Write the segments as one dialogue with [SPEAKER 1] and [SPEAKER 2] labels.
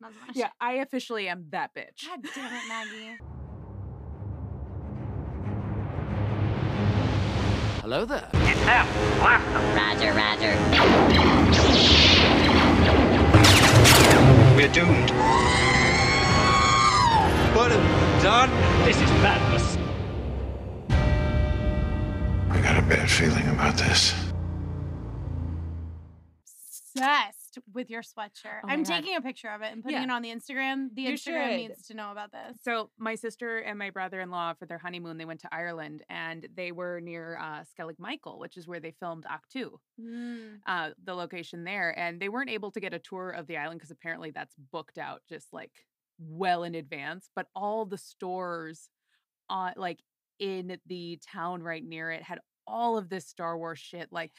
[SPEAKER 1] That's my
[SPEAKER 2] Yeah, I officially am that bitch.
[SPEAKER 1] shit. God damn it, Maggie.
[SPEAKER 3] Hello there.
[SPEAKER 4] Roger, roger.
[SPEAKER 5] We're doomed. What have we done? This is madness.
[SPEAKER 6] I got a bad feeling about this.
[SPEAKER 1] Obsessed with your sweatshirt.
[SPEAKER 2] Oh my
[SPEAKER 1] I'm
[SPEAKER 2] God.
[SPEAKER 1] taking a picture of it and putting
[SPEAKER 2] Yeah.
[SPEAKER 1] it on the Instagram. The
[SPEAKER 2] You
[SPEAKER 1] Instagram
[SPEAKER 2] should.
[SPEAKER 1] needs to know about this.
[SPEAKER 2] So my sister and my brother-in-law for their honeymoon, they went to Ireland and they were near uh, Skellig Michael, which is where they filmed Octu,
[SPEAKER 1] Mm.
[SPEAKER 2] uh, the location there. And they weren't able to get a tour of the island because apparently that's booked out just like well in advance. But all the stores, uh, like in the town right near it, had all of this Star Wars shit, like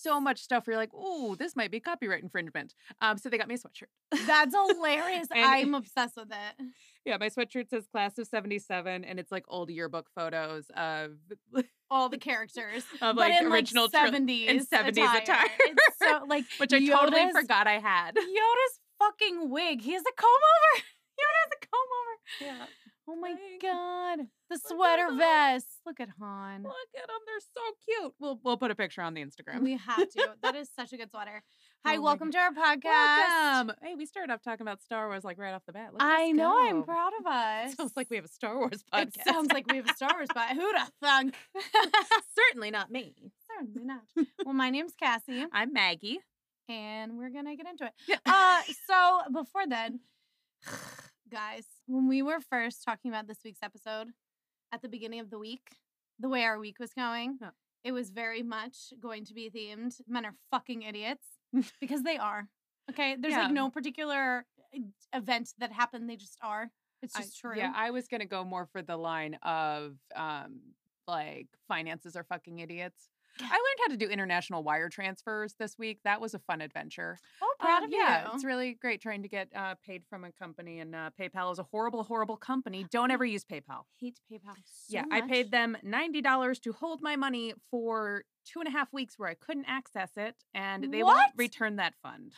[SPEAKER 2] so much stuff. Where you're like, oh, this might be copyright infringement. Um, so they got me a sweatshirt.
[SPEAKER 1] That's hilarious.
[SPEAKER 2] And-
[SPEAKER 1] I'm obsessed with it.
[SPEAKER 2] Yeah, my sweatshirt says class of 77 and it's like old yearbook photos of
[SPEAKER 1] All the characters.
[SPEAKER 2] of
[SPEAKER 1] but
[SPEAKER 2] like
[SPEAKER 1] in
[SPEAKER 2] original tril-
[SPEAKER 1] like 70s,
[SPEAKER 2] in 70s attire.
[SPEAKER 1] It's so like
[SPEAKER 2] which I totally
[SPEAKER 1] Yoda's-
[SPEAKER 2] forgot I had.
[SPEAKER 1] Yoda's fucking wig. He has a comb over. Yoda has a comb over.
[SPEAKER 2] Yeah.
[SPEAKER 1] Oh my
[SPEAKER 2] Like,
[SPEAKER 1] god. The
[SPEAKER 2] at
[SPEAKER 1] sweater
[SPEAKER 2] them.
[SPEAKER 1] vest. Look at Han.
[SPEAKER 2] Look at them, they're so cute. We'll we'll put a picture on the Instagram.
[SPEAKER 1] We have to. That is such a good sweater. Hi,
[SPEAKER 2] Oh my
[SPEAKER 1] welcome to our podcast.
[SPEAKER 2] Welcome. Hey, we started off talking about Star Wars like right off the bat. Look at us
[SPEAKER 1] I know I'm
[SPEAKER 2] go.
[SPEAKER 1] proud of us.
[SPEAKER 2] Sounds like we have a Star Wars
[SPEAKER 1] It
[SPEAKER 2] podcast.
[SPEAKER 1] sounds like we have a Star Wars but Who'da thunk?
[SPEAKER 2] certainly not me.
[SPEAKER 1] Certainly not. Well, my name's Cassie,
[SPEAKER 2] I'm Maggie.
[SPEAKER 1] and we're gonna get into it.
[SPEAKER 2] Yeah.
[SPEAKER 1] Uh, so before then, guys, when we were first talking about this week's episode at the beginning of the week, the way our week was going,
[SPEAKER 2] Yeah.
[SPEAKER 1] it was very much going to be themed. Men are fucking idiots because they are. Okay, there's
[SPEAKER 2] Yeah.
[SPEAKER 1] like no particular uh, event that happened; they just are. It's
[SPEAKER 2] I-
[SPEAKER 1] just true.
[SPEAKER 2] Yeah, I was gonna go more for the line of um like finances are fucking idiots. I
[SPEAKER 1] Yeah.
[SPEAKER 2] learned how to do international wire transfers this week. That was a fun adventure.
[SPEAKER 1] oh, proud
[SPEAKER 2] Um,
[SPEAKER 1] of
[SPEAKER 2] yeah,
[SPEAKER 1] you.
[SPEAKER 2] it's really great trying to get uh, paid from a company, and uh, PayPal is a horrible, horrible company. Don't ever use PayPal.
[SPEAKER 1] hate PayPal. So
[SPEAKER 2] yeah, I paid
[SPEAKER 1] much.
[SPEAKER 2] them ninety dollars to hold my money for two and a half weeks where I couldn't access it, and they won't
[SPEAKER 1] What?
[SPEAKER 2] return that fund.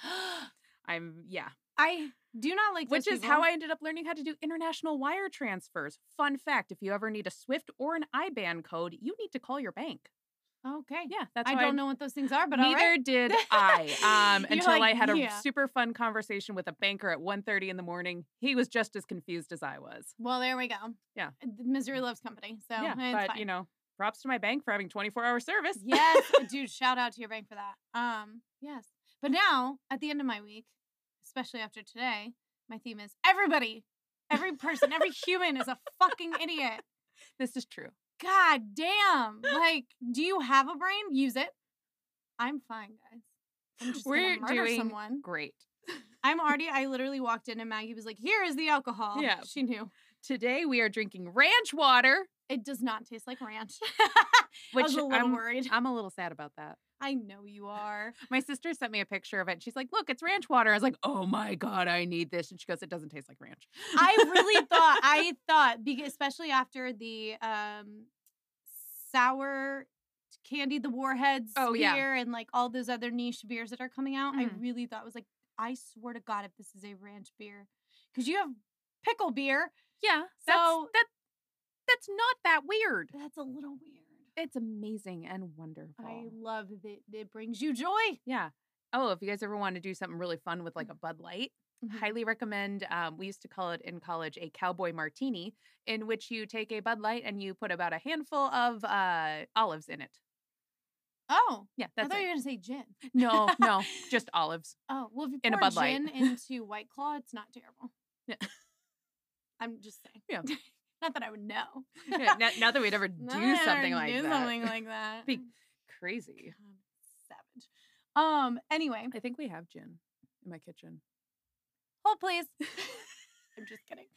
[SPEAKER 2] I'm yeah,
[SPEAKER 1] I do not like
[SPEAKER 2] which
[SPEAKER 1] those
[SPEAKER 2] is how
[SPEAKER 1] people.
[SPEAKER 2] I ended up learning how to do international wire transfers. Fun fact: if you ever need a SWIFT or an IBAN code, you need to call your bank.
[SPEAKER 1] Okay.
[SPEAKER 2] Yeah, that's
[SPEAKER 1] I
[SPEAKER 2] how
[SPEAKER 1] don't know what those things are, but all
[SPEAKER 2] Neither
[SPEAKER 1] right.
[SPEAKER 2] did I um,
[SPEAKER 1] You're
[SPEAKER 2] until
[SPEAKER 1] like,
[SPEAKER 2] I had a
[SPEAKER 1] "Yeah."
[SPEAKER 2] super fun conversation with a banker at 1.30 in the morning. He was just as confused as I was.
[SPEAKER 1] Well, there we go.
[SPEAKER 2] Yeah.
[SPEAKER 1] Uh, th- Misery loves company, so
[SPEAKER 2] yeah,
[SPEAKER 1] it's
[SPEAKER 2] but
[SPEAKER 1] fine.
[SPEAKER 2] you know, props to my bank for having 24-hour service.
[SPEAKER 1] yes, but dude, shout out to your bank for that. Um, yes. But now, at the end of my week, especially after today, my theme is everybody, every person, every human is a fucking idiot.
[SPEAKER 2] this is true.
[SPEAKER 1] God damn! Like, do you have a brain? Use it. I'm fine, guys. I'm just
[SPEAKER 2] We're
[SPEAKER 1] gonna murder
[SPEAKER 2] doing
[SPEAKER 1] someone.
[SPEAKER 2] Great.
[SPEAKER 1] I'm already. I literally walked in and Maggie was like, "Here is the alcohol."
[SPEAKER 2] Yeah.
[SPEAKER 1] she knew.
[SPEAKER 2] Today we are drinking ranch water,
[SPEAKER 1] It does not taste like ranch.
[SPEAKER 2] which
[SPEAKER 1] I was a little
[SPEAKER 2] I'm,
[SPEAKER 1] worried.
[SPEAKER 2] I'm a little sad about that.
[SPEAKER 1] I know you are.
[SPEAKER 2] My sister sent me a picture of it. And she's like, "Look, it's ranch water." I was like, "Oh my god, I need this." And she goes, "It doesn't taste like ranch."
[SPEAKER 1] I really thought. I thought because especially after the um sour candy, the warheads
[SPEAKER 2] Oh, yeah.
[SPEAKER 1] beer, and like all those other niche beers that are coming out. I
[SPEAKER 2] Mhm.
[SPEAKER 1] really thought it was like, I swear to God, if this is a ranch beer, because you have pickle beer,
[SPEAKER 2] yeah. So
[SPEAKER 1] So-
[SPEAKER 2] that that's not that weird.
[SPEAKER 1] that's a little weird.
[SPEAKER 2] It's amazing and wonderful.
[SPEAKER 1] I love that it brings you joy.
[SPEAKER 2] Yeah. Oh, if you guys ever want to do something really fun with like a Bud Light,
[SPEAKER 1] Mhm.
[SPEAKER 2] highly recommend. Um, we used to call it in college a cowboy martini, in which you take a Bud Light and you put about a handful of uh, olives in it.
[SPEAKER 1] Oh,
[SPEAKER 2] Yeah,
[SPEAKER 1] I
[SPEAKER 2] that's
[SPEAKER 1] thought you
[SPEAKER 2] it.
[SPEAKER 1] were gonna say gin.
[SPEAKER 2] No, no, just olives.
[SPEAKER 1] Oh well, if you
[SPEAKER 2] in a
[SPEAKER 1] pour
[SPEAKER 2] Bud Light.
[SPEAKER 1] gin into White Claw, it's not terrible.
[SPEAKER 2] Yeah.
[SPEAKER 1] I'm just saying.
[SPEAKER 2] Yeah.
[SPEAKER 1] not that I would know.
[SPEAKER 2] Yeah, now, now that we'd ever
[SPEAKER 1] Not
[SPEAKER 2] do
[SPEAKER 1] that I
[SPEAKER 2] something
[SPEAKER 1] would
[SPEAKER 2] like
[SPEAKER 1] do
[SPEAKER 2] that.
[SPEAKER 1] something like that.
[SPEAKER 2] Be crazy.
[SPEAKER 1] God, savage. Um. Anyway,
[SPEAKER 2] I think we have gin in my kitchen.
[SPEAKER 1] hold please. I'm just kidding.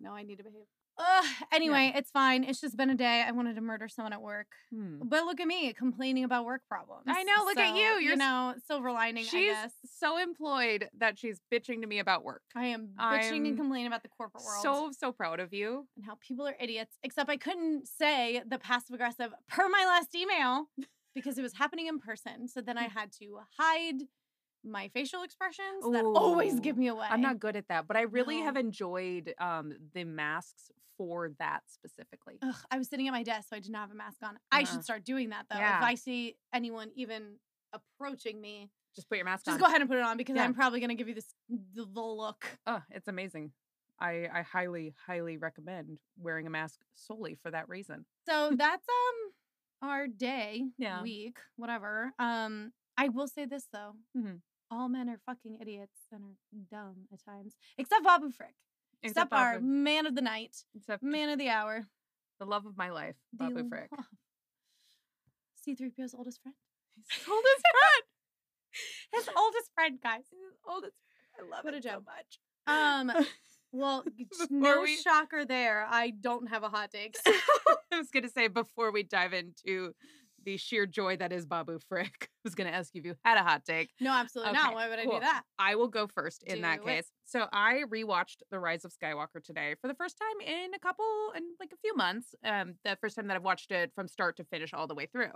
[SPEAKER 1] no, I need to behave. Ugh, anyway, it's fine. It's just been a day. I wanted to murder someone at work,
[SPEAKER 2] Hmm.
[SPEAKER 1] but look at me complaining about work problems.
[SPEAKER 2] I know, look at
[SPEAKER 1] So,
[SPEAKER 2] you, you're
[SPEAKER 1] you
[SPEAKER 2] s-
[SPEAKER 1] know, silver lining. I
[SPEAKER 2] She's
[SPEAKER 1] guess
[SPEAKER 2] so employed that she's bitching to me about work.
[SPEAKER 1] I am bitching
[SPEAKER 2] I'm
[SPEAKER 1] and complaining about the corporate world.
[SPEAKER 2] So so proud of you.
[SPEAKER 1] and how people are idiots, except I couldn't say the passive aggressive
[SPEAKER 2] Mm.
[SPEAKER 1] per my last email because it was happening in person. So then I had to hide my facial expressions that always give
[SPEAKER 2] Ooh,
[SPEAKER 1] me away.
[SPEAKER 2] I'm not good at that, but I really have
[SPEAKER 1] No.
[SPEAKER 2] enjoyed um, the masks for that specifically.
[SPEAKER 1] Ugh, I was sitting at my desk, so I did not have a mask on. I
[SPEAKER 2] Uh-uh.
[SPEAKER 1] should start doing that though.
[SPEAKER 2] Yeah.
[SPEAKER 1] If I see anyone even approaching me,
[SPEAKER 2] Just put your mask
[SPEAKER 1] just
[SPEAKER 2] on.
[SPEAKER 1] go ahead and put it on because
[SPEAKER 2] Yeah.
[SPEAKER 1] I'm probably gonna give you this the, the look.
[SPEAKER 2] Oh, it's amazing. I, I highly, highly recommend wearing a mask solely for that reason.
[SPEAKER 1] So that's um our day,
[SPEAKER 2] Yeah.
[SPEAKER 1] week, whatever. Um, I will say this though:
[SPEAKER 2] Mhm.
[SPEAKER 1] all men are fucking idiots and are dumb at times, except Bob and Frick, except, our
[SPEAKER 2] Babu-
[SPEAKER 1] man of the night,
[SPEAKER 2] except
[SPEAKER 1] man of the hour,
[SPEAKER 2] the love of my life,
[SPEAKER 1] the
[SPEAKER 2] Babu Frick.
[SPEAKER 1] love- C-3PO's oldest friend.
[SPEAKER 2] His oldest friend.
[SPEAKER 1] His oldest friend, guys.
[SPEAKER 2] His oldest friend. I love
[SPEAKER 1] What
[SPEAKER 2] it so
[SPEAKER 1] a gem.
[SPEAKER 2] much.
[SPEAKER 1] Um, well, g-
[SPEAKER 2] Before
[SPEAKER 1] no
[SPEAKER 2] we-
[SPEAKER 1] shocker there. I don't have a hot take.
[SPEAKER 2] I was gonna say before we dive into the sheer joy that is Babu Frick, I was gonna ask you if you had a hot take.
[SPEAKER 1] No, absolutely not.
[SPEAKER 2] Okay,
[SPEAKER 1] Why would I
[SPEAKER 2] cool.
[SPEAKER 1] do that?
[SPEAKER 2] I will go first in that
[SPEAKER 1] Do it.
[SPEAKER 2] case. So I rewatched The Rise of Skywalker today for the first time in a couple in like a few months. Um, the first time that I've watched it from start to finish all the way through.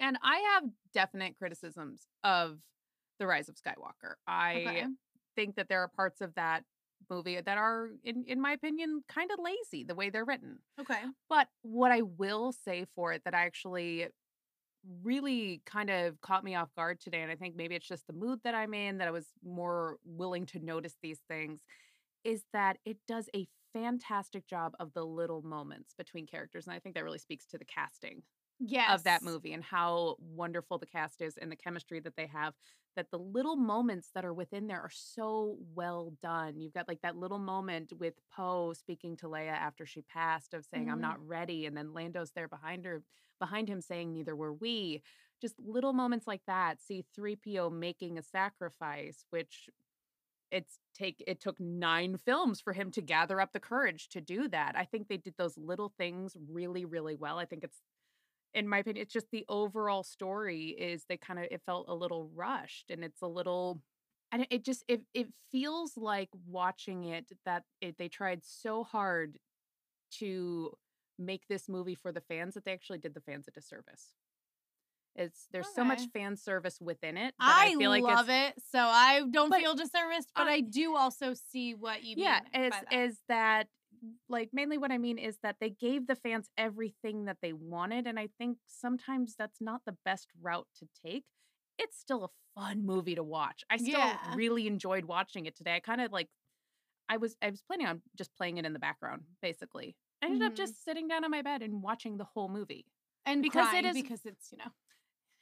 [SPEAKER 2] And I have definite criticisms of The Rise of Skywalker. I
[SPEAKER 1] Okay.
[SPEAKER 2] think that there are parts of that movie that are, in, in my opinion, kind of lazy the way they're written.
[SPEAKER 1] Okay.
[SPEAKER 2] But what I will say for it that I actually really kind of caught me off guard today, and I think maybe it's just the mood that I'm in that I was more willing to notice these things, is that it does a fantastic job of the little moments between characters. And I think that really speaks to the casting
[SPEAKER 1] Yes.
[SPEAKER 2] of that movie and how wonderful the cast is and the chemistry that they have that the little moments that are within there are so well done you've got like that little moment with poe speaking to leia after she passed of saying i'm
[SPEAKER 1] Mhm.
[SPEAKER 2] not ready and then lando's there behind her behind him saying neither were we just little moments like that see 3po making a sacrifice which it's take it took nine films for him to gather up the courage to do that i think they did those little things really really well i think it's in my opinion, it's just the overall story is they kind of it felt a little rushed and it's a little and it just it it feels like watching it that it, they tried so hard to make this movie for the fans that they actually did the fans a disservice. It's there's so much
[SPEAKER 1] Okay.
[SPEAKER 2] fan service within it. that
[SPEAKER 1] I,
[SPEAKER 2] feel like it's,
[SPEAKER 1] love it, so I don't
[SPEAKER 2] But
[SPEAKER 1] feel disserviced, but I,
[SPEAKER 2] I-
[SPEAKER 1] do also see what you
[SPEAKER 2] yeah,
[SPEAKER 1] mean.
[SPEAKER 2] is
[SPEAKER 1] by that.
[SPEAKER 2] is that like mainly what I mean is that they gave the fans everything that they wanted, and I think sometimes that's not the best route to take. It's still a fun movie to watch. I still
[SPEAKER 1] Yeah.
[SPEAKER 2] really enjoyed watching it today. I kind of like I was I was planning on just playing it in the background, basically. I ended up
[SPEAKER 1] Mhm.
[SPEAKER 2] just sitting down on my bed and watching the whole movie.
[SPEAKER 1] and
[SPEAKER 2] because it
[SPEAKER 1] crying
[SPEAKER 2] is-
[SPEAKER 1] because it's you know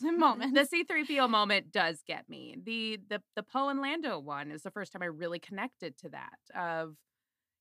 [SPEAKER 1] the moment.
[SPEAKER 2] The C three PO moment does get me. The the the Poe and Lando one is the first time I really connected to that. Of,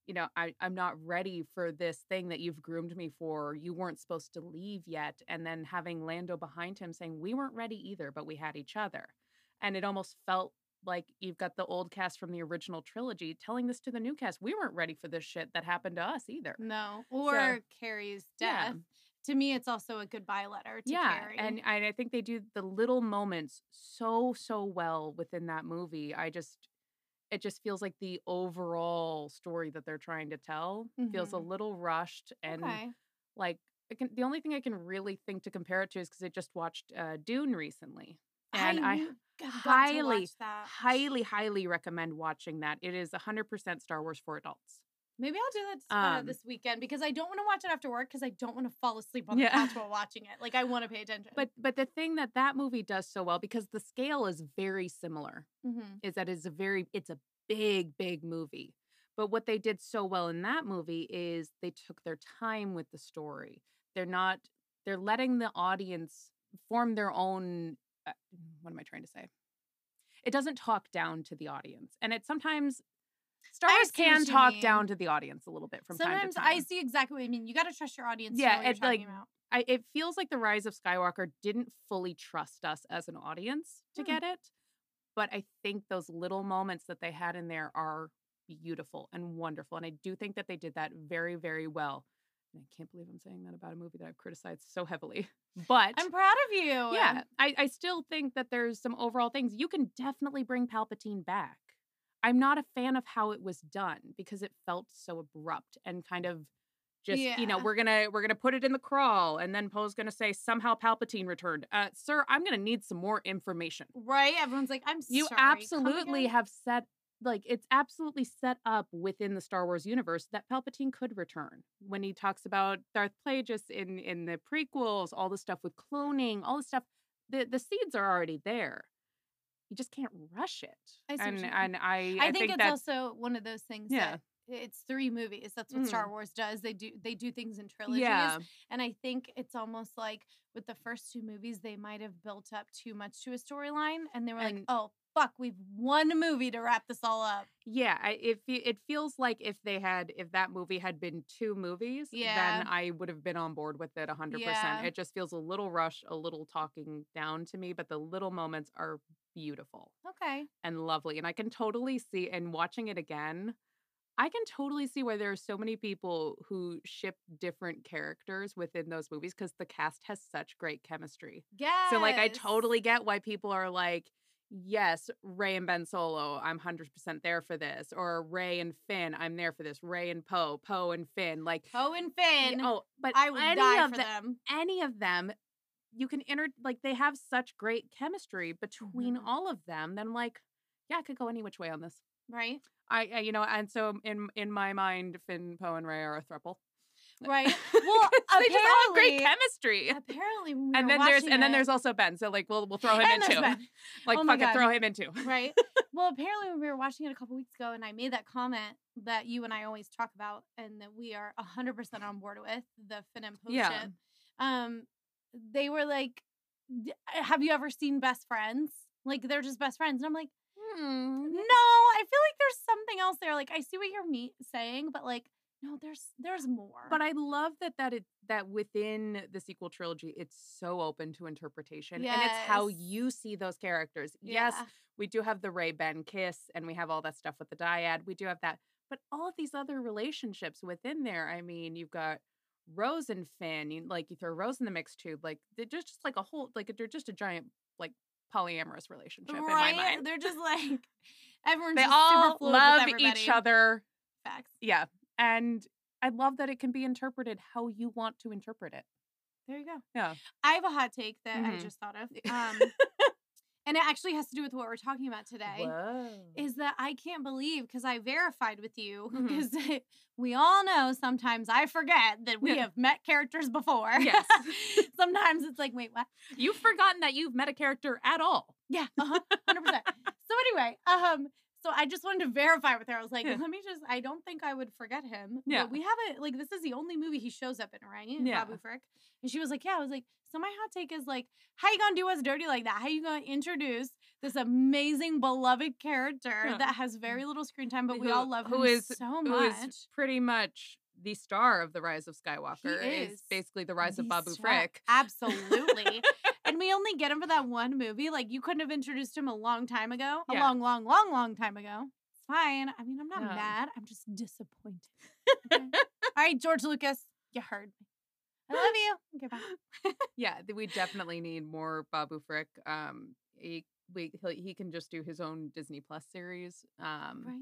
[SPEAKER 2] you know, I I'm not ready for this thing that you've groomed me for. You weren't supposed to leave yet, and then having Lando behind him saying we weren't ready either, but we had each other, and it almost felt like you've got the old cast from the original trilogy telling this to the new cast. We weren't ready for this shit that happened to us either.
[SPEAKER 1] no, or Carrie's
[SPEAKER 2] Yeah.
[SPEAKER 1] death. To me, it's also a goodbye letter to
[SPEAKER 2] yeah,
[SPEAKER 1] Carrie.
[SPEAKER 2] and and I think they do the little moments so so well within that movie. I just it just feels like the overall story that they're trying to tell feels a
[SPEAKER 1] Mhm.
[SPEAKER 2] little rushed and
[SPEAKER 1] okay,
[SPEAKER 2] like I can, the only thing I can really think to compare it to is because I just watched uh, Dune recently, and I,
[SPEAKER 1] knew- God, got to
[SPEAKER 2] highly,
[SPEAKER 1] watch that.
[SPEAKER 2] highly highly recommend watching that. It is hundred percent Star Wars for adults.
[SPEAKER 1] Maybe I'll do that uh,
[SPEAKER 2] Um,
[SPEAKER 1] this weekend because I don't want to watch it after work because I don't want to fall asleep on
[SPEAKER 2] Yeah.
[SPEAKER 1] the couch while watching it. Like I want to pay attention.
[SPEAKER 2] But but the thing that that movie does so well because the scale is very similar.
[SPEAKER 1] Mhm.
[SPEAKER 2] is that it's a very it's a big big movie but what they did so well in that movie is they took their time with the story they're not they're letting the audience form their own uh, what am i trying to say it doesn't talk down to the audience and it sometimes star
[SPEAKER 1] I
[SPEAKER 2] wars
[SPEAKER 1] see what
[SPEAKER 2] can
[SPEAKER 1] you
[SPEAKER 2] talk
[SPEAKER 1] mean.
[SPEAKER 2] down to the audience a little bit from time
[SPEAKER 1] sometimes
[SPEAKER 2] to time
[SPEAKER 1] I see exactly what you mean. You got to trust your audience.
[SPEAKER 2] Yeah,
[SPEAKER 1] to know what you're
[SPEAKER 2] it, like,
[SPEAKER 1] talking about.
[SPEAKER 2] I, it feels like the rise of Skywalker didn't fully trust us as an audience to
[SPEAKER 1] Hmm.
[SPEAKER 2] get it, but I think those little moments that they had in there are beautiful and wonderful, and I do think that they did that very, very well. And I can't believe I'm saying that about a movie that I've criticized so heavily, but
[SPEAKER 1] I'm proud of you.
[SPEAKER 2] yeah, I, I still think that there's some overall things you can definitely bring Palpatine back. I'm not a fan of how it was done because it felt so abrupt and kind of Just you know,
[SPEAKER 1] Yeah.
[SPEAKER 2] we're gonna we're gonna put it in the crawl, and then Poe's gonna say somehow Palpatine returned. Uh, sir, I'm gonna need some more information.
[SPEAKER 1] Right? Everyone's like, I'm
[SPEAKER 2] You
[SPEAKER 1] sorry. come
[SPEAKER 2] absolutely
[SPEAKER 1] again?"
[SPEAKER 2] have set like it's absolutely set up within the Star Wars universe that Palpatine could return. When he talks about Darth Plagueis in in the prequels, all the stuff with cloning, all the stuff, the the seeds are already there. You just can't rush it.
[SPEAKER 1] I see what
[SPEAKER 2] and
[SPEAKER 1] you mean.
[SPEAKER 2] and I
[SPEAKER 1] I, think, it's
[SPEAKER 2] that's
[SPEAKER 1] also one of those things
[SPEAKER 2] Yeah. Mm.
[SPEAKER 1] that it's three movies. That's what Star Wars does. They do they do things in trilogies.
[SPEAKER 2] yeah.
[SPEAKER 1] And I think it's almost like with the first two movies, they might have built up too much to a storyline, and they were like,
[SPEAKER 2] And-
[SPEAKER 1] "Oh fuck, we've one movie to wrap this all up."
[SPEAKER 2] Yeah, I, it fe- it feels like if they had if that movie had been two movies,
[SPEAKER 1] Yeah.
[SPEAKER 2] then I would have been on board with it 100%.
[SPEAKER 1] Yeah.
[SPEAKER 2] It just feels a little rushed, a little talking down to me, but the little moments are beautiful
[SPEAKER 1] Okay,
[SPEAKER 2] and lovely and I can totally see and watching it again, I can totally see why there are so many people who ship different characters within those movies cuz the cast has such great chemistry.
[SPEAKER 1] yeah.
[SPEAKER 2] So like I totally get why people are like, yes, Ray and Ben Solo, I'm 100% there for this. Or Ray and Finn, I'm there for this. Ray and Poe, Poe and Finn, like
[SPEAKER 1] Poe and
[SPEAKER 2] y-
[SPEAKER 1] Finn.
[SPEAKER 2] Oh, but
[SPEAKER 1] I would
[SPEAKER 2] any
[SPEAKER 1] die
[SPEAKER 2] of
[SPEAKER 1] for
[SPEAKER 2] the-
[SPEAKER 1] them.
[SPEAKER 2] any of them you can enter like they have such great chemistry between
[SPEAKER 1] Mhm.
[SPEAKER 2] all of them. Then I'm like, yeah, I could go any which way on this.
[SPEAKER 1] Right,
[SPEAKER 2] I, I you know, and so um, in in my mind, Finn, Poe, and Ray are a throuple.
[SPEAKER 1] right.
[SPEAKER 2] 'Cause
[SPEAKER 1] Well,
[SPEAKER 2] they just all have great
[SPEAKER 1] apparently-
[SPEAKER 2] chemistry.
[SPEAKER 1] Apparently, when
[SPEAKER 2] And
[SPEAKER 1] we were
[SPEAKER 2] then there's
[SPEAKER 1] watching
[SPEAKER 2] and then
[SPEAKER 1] it-
[SPEAKER 2] there's also Ben. So like we'll we'll throw him
[SPEAKER 1] And
[SPEAKER 2] in
[SPEAKER 1] there's
[SPEAKER 2] too.
[SPEAKER 1] Ben.
[SPEAKER 2] Like
[SPEAKER 1] Oh my
[SPEAKER 2] fuck it, throw him in too.
[SPEAKER 1] right? Well, apparently when we were watching it a couple weeks ago, and I made that comment that you and I always talk about, and that we are hundred percent on board with the Finn and Poe
[SPEAKER 2] Yeah.
[SPEAKER 1] ship. Um, they were like, "D- eh, "Have you ever seen Best Friends?" Like they're just best friends, and I'm like, "Hmm, "No,
[SPEAKER 2] Mm-hmm.
[SPEAKER 1] I feel like there's something else there." Like I see what you're me- saying, but like, no, there's there's more.
[SPEAKER 2] But I love that that it that within the sequel trilogy, it's so open to interpretation, and it's how
[SPEAKER 1] Yes.
[SPEAKER 2] you see those characters.
[SPEAKER 1] Yeah.
[SPEAKER 2] Yes, we do have the Ray Ben kiss, and we have all that stuff with the dyad. We do have that, but all of these other relationships within there. I mean, you've got Rose and Finn. You like you throw Rose in the mix too. Like they're just, just like a whole like they're just a giant like polyamorous relationship in my
[SPEAKER 1] right?
[SPEAKER 2] mind.
[SPEAKER 1] They're just like everyone's.
[SPEAKER 2] They
[SPEAKER 1] just
[SPEAKER 2] all
[SPEAKER 1] super fluid with
[SPEAKER 2] love each
[SPEAKER 1] everybody.
[SPEAKER 2] other.
[SPEAKER 1] Facts.
[SPEAKER 2] Yeah. And I love that it can be interpreted how you want to interpret it.
[SPEAKER 1] There you go.
[SPEAKER 2] Yeah.
[SPEAKER 1] I have a hot take that I
[SPEAKER 2] Mhm.
[SPEAKER 1] just thought of. Um, and it actually has to do with what we're talking about today. Is that I can't believe because I verified with you
[SPEAKER 2] Mhm.
[SPEAKER 1] because we all know sometimes I forget that we
[SPEAKER 2] Yeah.
[SPEAKER 1] have met characters before.
[SPEAKER 2] Yes.
[SPEAKER 1] sometimes it's like, wait, what?
[SPEAKER 2] You've forgotten that you've met a character at all.
[SPEAKER 1] Yeah, uh-huh, 100%. so, anyway, um, so I just wanted to verify with her. I was like,
[SPEAKER 2] Yeah.
[SPEAKER 1] let me just, I don't think I would forget him.
[SPEAKER 2] Yeah.
[SPEAKER 1] But we haven't, like, this is the only movie he shows up in, right?
[SPEAKER 2] Yeah.
[SPEAKER 1] Babu Frick. And she was like, yeah. I was like, so my hot take is like, how you gonna do us dirty like that? How you gonna introduce this amazing, beloved character
[SPEAKER 2] Yeah. Mm.
[SPEAKER 1] that has very little screen time, but we
[SPEAKER 2] Who-
[SPEAKER 1] all love
[SPEAKER 2] who
[SPEAKER 1] him
[SPEAKER 2] is-
[SPEAKER 1] so
[SPEAKER 2] Who
[SPEAKER 1] much?
[SPEAKER 2] is pretty much the star of The Rise of Skywalker.
[SPEAKER 1] is
[SPEAKER 2] It's basically the rise of
[SPEAKER 1] the
[SPEAKER 2] Babu
[SPEAKER 1] star-
[SPEAKER 2] Frick.
[SPEAKER 1] Absolutely. and we only get him for that one movie. Like you couldn't have introduced him a long time ago. A
[SPEAKER 2] Yeah.
[SPEAKER 1] long, long, long, long time ago. It's fine. I mean, I'm not
[SPEAKER 2] Yeah.
[SPEAKER 1] mad. I'm just disappointed. Okay? All right, George Lucas, you heard me. I love you. Okay, bye.
[SPEAKER 2] Yeah, th- we definitely need more Babu Frick. Um, he, we, he'll, he can just do his own Disney Plus series. Um,
[SPEAKER 1] Right.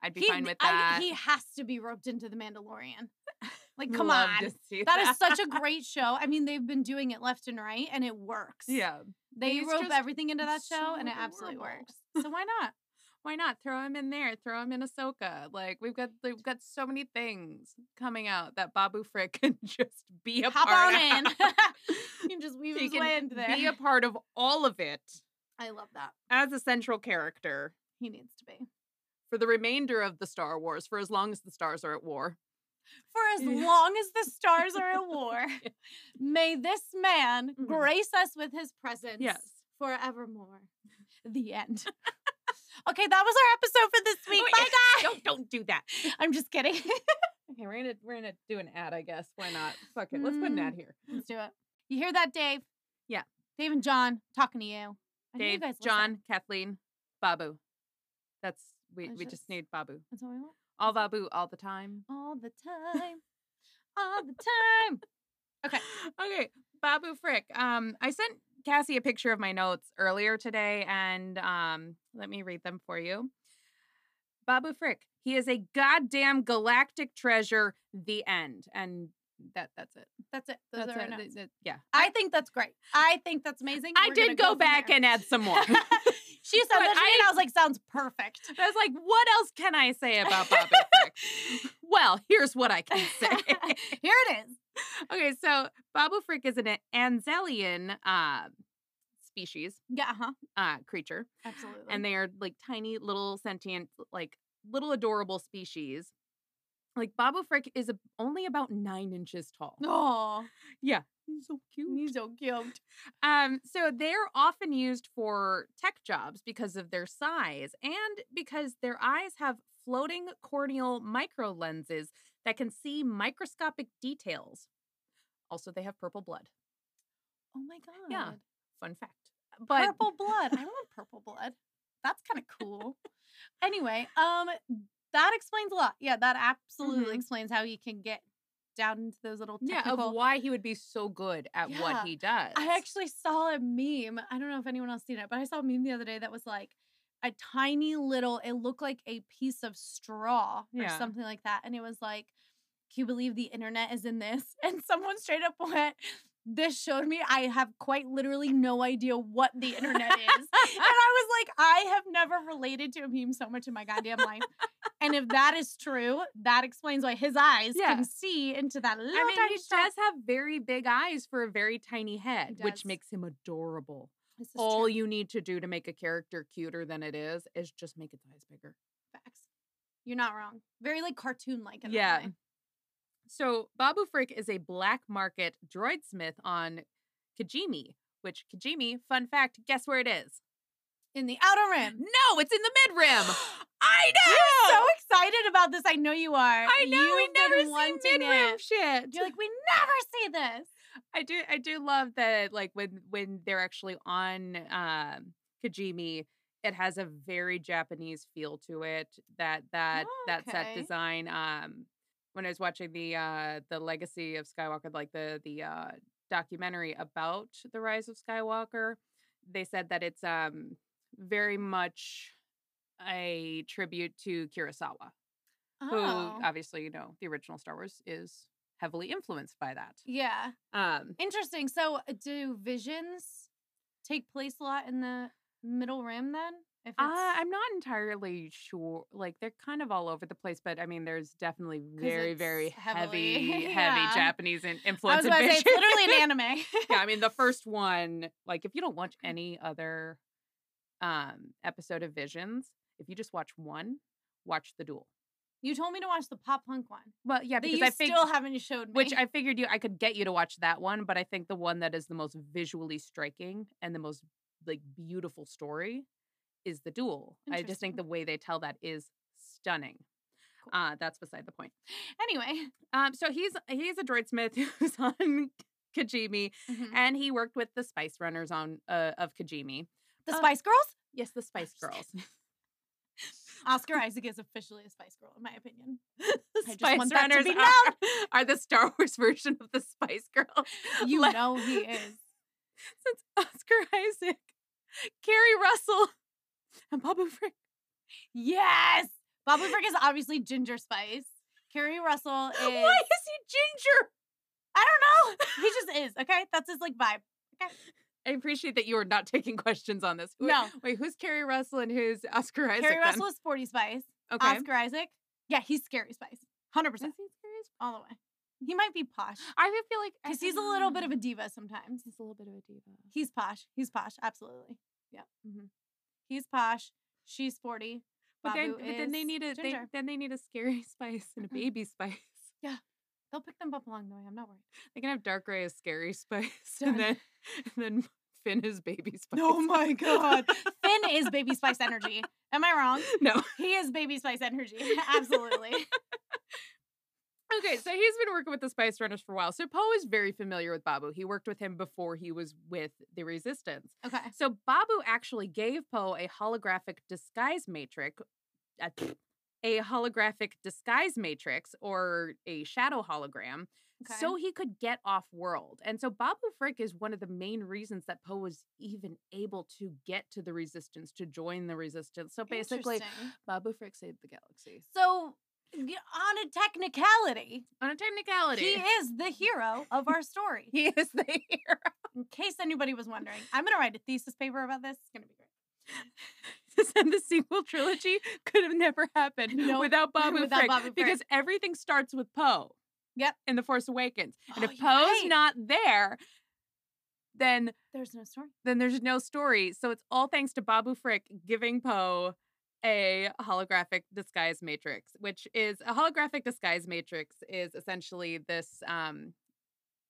[SPEAKER 2] I'd be
[SPEAKER 1] He,
[SPEAKER 2] fine with that.
[SPEAKER 1] I, he has to be roped into The Mandalorian. Like, come
[SPEAKER 2] Love
[SPEAKER 1] on.
[SPEAKER 2] to see
[SPEAKER 1] That is such a great show. I mean, they've been doing it left and right, and it works.
[SPEAKER 2] yeah.
[SPEAKER 1] They
[SPEAKER 2] He's
[SPEAKER 1] rope
[SPEAKER 2] just-
[SPEAKER 1] everything into that
[SPEAKER 2] he's
[SPEAKER 1] show,
[SPEAKER 2] so
[SPEAKER 1] and it absolutely
[SPEAKER 2] adorable.
[SPEAKER 1] works. So why not?
[SPEAKER 2] why not throw him in there? Throw him in Ahsoka. Like we've got we've got so many things coming out that Babu Frick can just be a
[SPEAKER 1] Hop
[SPEAKER 2] part
[SPEAKER 1] on
[SPEAKER 2] of.
[SPEAKER 1] in. He can just weave
[SPEAKER 2] he
[SPEAKER 1] his
[SPEAKER 2] can
[SPEAKER 1] way into there.
[SPEAKER 2] be a part of all of it
[SPEAKER 1] I love that.
[SPEAKER 2] as a central character
[SPEAKER 1] He needs to be.
[SPEAKER 2] for the remainder of the Star Wars for as long as the stars are at war.
[SPEAKER 1] For as
[SPEAKER 2] Yeah.
[SPEAKER 1] long as the stars are at war, may this man
[SPEAKER 2] Mhm.
[SPEAKER 1] grace us with his presence
[SPEAKER 2] Yes.
[SPEAKER 1] forevermore. The end. okay, that was our episode for this week.
[SPEAKER 2] Wait,
[SPEAKER 1] Bye, guys.
[SPEAKER 2] Don't don't do that.
[SPEAKER 1] I'm just kidding.
[SPEAKER 2] Okay, we're gonna we're gonna do an ad, I guess. Why not? Fuck it. Let's put an ad
[SPEAKER 1] Mm.
[SPEAKER 2] here.
[SPEAKER 1] Let's do it. You hear that, Dave?
[SPEAKER 2] Yeah.
[SPEAKER 1] Dave and John talking to you. I know you
[SPEAKER 2] Dave,
[SPEAKER 1] guys listen.
[SPEAKER 2] John, Kathleen, Babu. That's we,
[SPEAKER 1] It's
[SPEAKER 2] we just
[SPEAKER 1] just-
[SPEAKER 2] need Babu.
[SPEAKER 1] That's what we want.
[SPEAKER 2] All Babu all the time.
[SPEAKER 1] All the time. All the time. Okay.
[SPEAKER 2] Okay. Babu Frick. Um, I sent Cassie a picture of my notes earlier today, and um, let me read them for you. Babu Frick. He is a goddamn galactic treasure. The end. And that that's it.
[SPEAKER 1] That's it. Those
[SPEAKER 2] That's
[SPEAKER 1] are
[SPEAKER 2] it.
[SPEAKER 1] our notes.
[SPEAKER 2] Th- th- yeah.
[SPEAKER 1] I think that's great. I think that's amazing.
[SPEAKER 2] I
[SPEAKER 1] We're gonna
[SPEAKER 2] did go,
[SPEAKER 1] from
[SPEAKER 2] back
[SPEAKER 1] there.
[SPEAKER 2] and add some more.
[SPEAKER 1] she said
[SPEAKER 2] but
[SPEAKER 1] that to me,
[SPEAKER 2] I-
[SPEAKER 1] and I was like, "Sounds perfect."
[SPEAKER 2] I was like, what else can I say about Babu Frick? Well, here's what I can say.
[SPEAKER 1] Here it is.
[SPEAKER 2] okay, so Babu Frick is an Anzelian uh, species,
[SPEAKER 1] Yeah, huh?
[SPEAKER 2] uh, creature,
[SPEAKER 1] Absolutely.
[SPEAKER 2] and they are like tiny little sentient, like little adorable species. Like Babu Frick is a, only about nine inches tall.
[SPEAKER 1] oh,
[SPEAKER 2] He's so cute.
[SPEAKER 1] he's so cute.
[SPEAKER 2] Um, so they're often used for tech jobs because of their size and because their eyes have floating corneal micro lenses that can see microscopic details. Also, they have purple blood.
[SPEAKER 1] Oh my god.
[SPEAKER 2] Yeah. Fun fact. But
[SPEAKER 1] purple blood. I want purple blood. That's kind of cool. anyway, um, that explains a lot. Yeah, that absolutely
[SPEAKER 2] Mhm.
[SPEAKER 1] explains how you can get down into those little
[SPEAKER 2] yeah,
[SPEAKER 1] technical.
[SPEAKER 2] of why he would be so good at
[SPEAKER 1] Yeah.
[SPEAKER 2] what he does.
[SPEAKER 1] I actually saw a meme. I don't know if anyone else seen it, but I saw a meme the other day that was like a tiny little. It looked like a piece of straw or
[SPEAKER 2] Yeah.
[SPEAKER 1] something like that, and it was like, "Can you believe the internet is in this?" And someone straight up went. This showed me I have quite literally no idea what the internet is. and I was like, I have never related to a meme so much in my goddamn life. and if that is true, that explains why his eyes
[SPEAKER 2] Yeah.
[SPEAKER 1] can see into that little
[SPEAKER 2] I mean,
[SPEAKER 1] tiny
[SPEAKER 2] he
[SPEAKER 1] straw.
[SPEAKER 2] does have very big eyes for a very tiny head,
[SPEAKER 1] He does.
[SPEAKER 2] which makes him adorable.
[SPEAKER 1] This is
[SPEAKER 2] All
[SPEAKER 1] true.
[SPEAKER 2] you need to do to make a character cuter than it is is just make its eyes bigger.
[SPEAKER 1] Facts. You're not wrong. Very like cartoon like.
[SPEAKER 2] Yeah. So Babu Frick is a black market droid smith on Kijimi, which Kijimi, fun fact, guess where it is?
[SPEAKER 1] In the outer rim.
[SPEAKER 2] No, it's in the mid rim.
[SPEAKER 1] I know. You're so excited about this. I know you are.
[SPEAKER 2] I know we
[SPEAKER 1] You've been
[SPEAKER 2] never see
[SPEAKER 1] wanting
[SPEAKER 2] mid rim
[SPEAKER 1] it.
[SPEAKER 2] shit.
[SPEAKER 1] You're like, we never see this.
[SPEAKER 2] I do I do love that like when when they're actually on um Kijimi, it has a very Japanese feel to it. That that that set
[SPEAKER 1] Oh, Okay.
[SPEAKER 2] design. Um when I was watching the uh the legacy of Skywalker, like the the uh documentary about the rise of Skywalker, they said that it's um very much a tribute to Kurosawa,
[SPEAKER 1] Oh.
[SPEAKER 2] who obviously, you know, the original Star Wars is heavily influenced by that.
[SPEAKER 1] yeah.
[SPEAKER 2] Um
[SPEAKER 1] Interesting. So, uh, do visions take place a lot in the middle rim then? If it's,
[SPEAKER 2] Uh, I'm not entirely sure. Like they're kind of all over the place, but I mean, there's definitely very, very
[SPEAKER 1] it's heavily-
[SPEAKER 2] heavy, heavy
[SPEAKER 1] yeah.
[SPEAKER 2] Japanese in-
[SPEAKER 1] I
[SPEAKER 2] influence.
[SPEAKER 1] was
[SPEAKER 2] in
[SPEAKER 1] about to say it's
[SPEAKER 2] Vision.
[SPEAKER 1] literally an anime.
[SPEAKER 2] yeah, I mean, the first one, like if you don't watch any other um episode of Visions, if you just watch one, watch the duel.
[SPEAKER 1] you told me to watch the pop punk one.
[SPEAKER 2] Well, yeah,
[SPEAKER 1] That
[SPEAKER 2] because
[SPEAKER 1] you
[SPEAKER 2] I think
[SPEAKER 1] still haven't showed me.
[SPEAKER 2] which I figured you I could get you to watch that one, but I think the one that is the most visually striking and the most like beautiful story is the duel. I just think
[SPEAKER 1] Interesting.
[SPEAKER 2] the way they tell that is stunning.
[SPEAKER 1] Cool.
[SPEAKER 2] Uh, that's beside the point.
[SPEAKER 1] anyway.
[SPEAKER 2] Um, so he's he's a droid smith who's on Kajimi,
[SPEAKER 1] Mhm.
[SPEAKER 2] and he worked with the Spice Runners on uh, of Kajimi.
[SPEAKER 1] The
[SPEAKER 2] Uh,
[SPEAKER 1] Spice Girls?
[SPEAKER 2] Yes, the Spice
[SPEAKER 1] just
[SPEAKER 2] Girls.
[SPEAKER 1] Oscar Isaac is officially a Spice Girl, in my opinion. I just
[SPEAKER 2] Spice
[SPEAKER 1] want that to
[SPEAKER 2] Runners
[SPEAKER 1] be known.
[SPEAKER 2] are, are the Star Wars version of the Spice Girls.
[SPEAKER 1] You
[SPEAKER 2] Like-
[SPEAKER 1] know he is.
[SPEAKER 2] since Oscar Isaac, Carrie Russell, and Babu Frick.
[SPEAKER 1] Yes. Bob Frick is obviously Ginger Spice. Carrie Russell is.
[SPEAKER 2] Why is he ginger?
[SPEAKER 1] I don't know. He just is. Okay, that's his like vibe.
[SPEAKER 2] I appreciate that you are not taking questions on this. Wait-
[SPEAKER 1] No.
[SPEAKER 2] Wait, who's Carrie Russell and who's Oscar Isaac?
[SPEAKER 1] Carrie
[SPEAKER 2] then?
[SPEAKER 1] Russell is sporty Spice.
[SPEAKER 2] Okay.
[SPEAKER 1] Oscar Isaac. Yeah, he's scary Spice. Hundred
[SPEAKER 2] Is he
[SPEAKER 1] percent,
[SPEAKER 2] Carrie Russell?
[SPEAKER 1] all the way. He might be posh
[SPEAKER 2] I would feel like I um,
[SPEAKER 1] because he's a
[SPEAKER 2] don't
[SPEAKER 1] little bit of
[SPEAKER 2] know.
[SPEAKER 1] a diva sometimes.
[SPEAKER 2] He's a little bit of a diva.
[SPEAKER 1] He's posh. He's posh. Absolutely. Yeah.
[SPEAKER 2] Mhm.
[SPEAKER 1] He's posh. She's sporty.
[SPEAKER 2] But then,
[SPEAKER 1] Babu
[SPEAKER 2] but then they
[SPEAKER 1] is
[SPEAKER 2] need a they,
[SPEAKER 1] ginger.
[SPEAKER 2] then they need a scary spice and a
[SPEAKER 1] Mhm.
[SPEAKER 2] baby spice.
[SPEAKER 1] They'll pick them up along the way. I'm not worried.
[SPEAKER 2] They can have dark gray as scary spice,
[SPEAKER 1] Done.
[SPEAKER 2] and then and then Finn is baby spice.
[SPEAKER 1] Oh my God. Finn is baby spice energy. Am I wrong?
[SPEAKER 2] no.
[SPEAKER 1] He is baby spice energy. Absolutely.
[SPEAKER 2] Okay, so he's been working with the Spice Runners for a while. So Poe is very familiar with Babu. He worked with him before he was with the Resistance.
[SPEAKER 1] Okay.
[SPEAKER 2] So Babu actually gave Poe a holographic disguise matrix, uh, a, a holographic disguise matrix or a shadow hologram
[SPEAKER 1] Okay.
[SPEAKER 2] so he could get off world. And so Babu Frick is one of the main reasons that Poe was even able to get to the resistance, to join the resistance. So basically,
[SPEAKER 1] Interesting.
[SPEAKER 2] Babu Frick saved the galaxy.
[SPEAKER 1] so y- on a technicality,
[SPEAKER 2] On a technicality.
[SPEAKER 1] he is the hero of our story.
[SPEAKER 2] He is the hero.
[SPEAKER 1] In case anybody was wondering, I'm gonna write a thesis paper about this. It's gonna be great.
[SPEAKER 2] and the sequel trilogy could have never happened
[SPEAKER 1] Nope.
[SPEAKER 2] without Babu
[SPEAKER 1] Without
[SPEAKER 2] Frick,
[SPEAKER 1] Babu
[SPEAKER 2] because everything starts with Poe.
[SPEAKER 1] Yep.
[SPEAKER 2] In The Force Awakens. And
[SPEAKER 1] Oh,
[SPEAKER 2] if Poe's
[SPEAKER 1] you're right.
[SPEAKER 2] not there, then
[SPEAKER 1] There's no story.
[SPEAKER 2] then there's no story. So it's all thanks to Babu Frick giving Poe a holographic disguise matrix, which is a holographic disguise matrix is essentially this um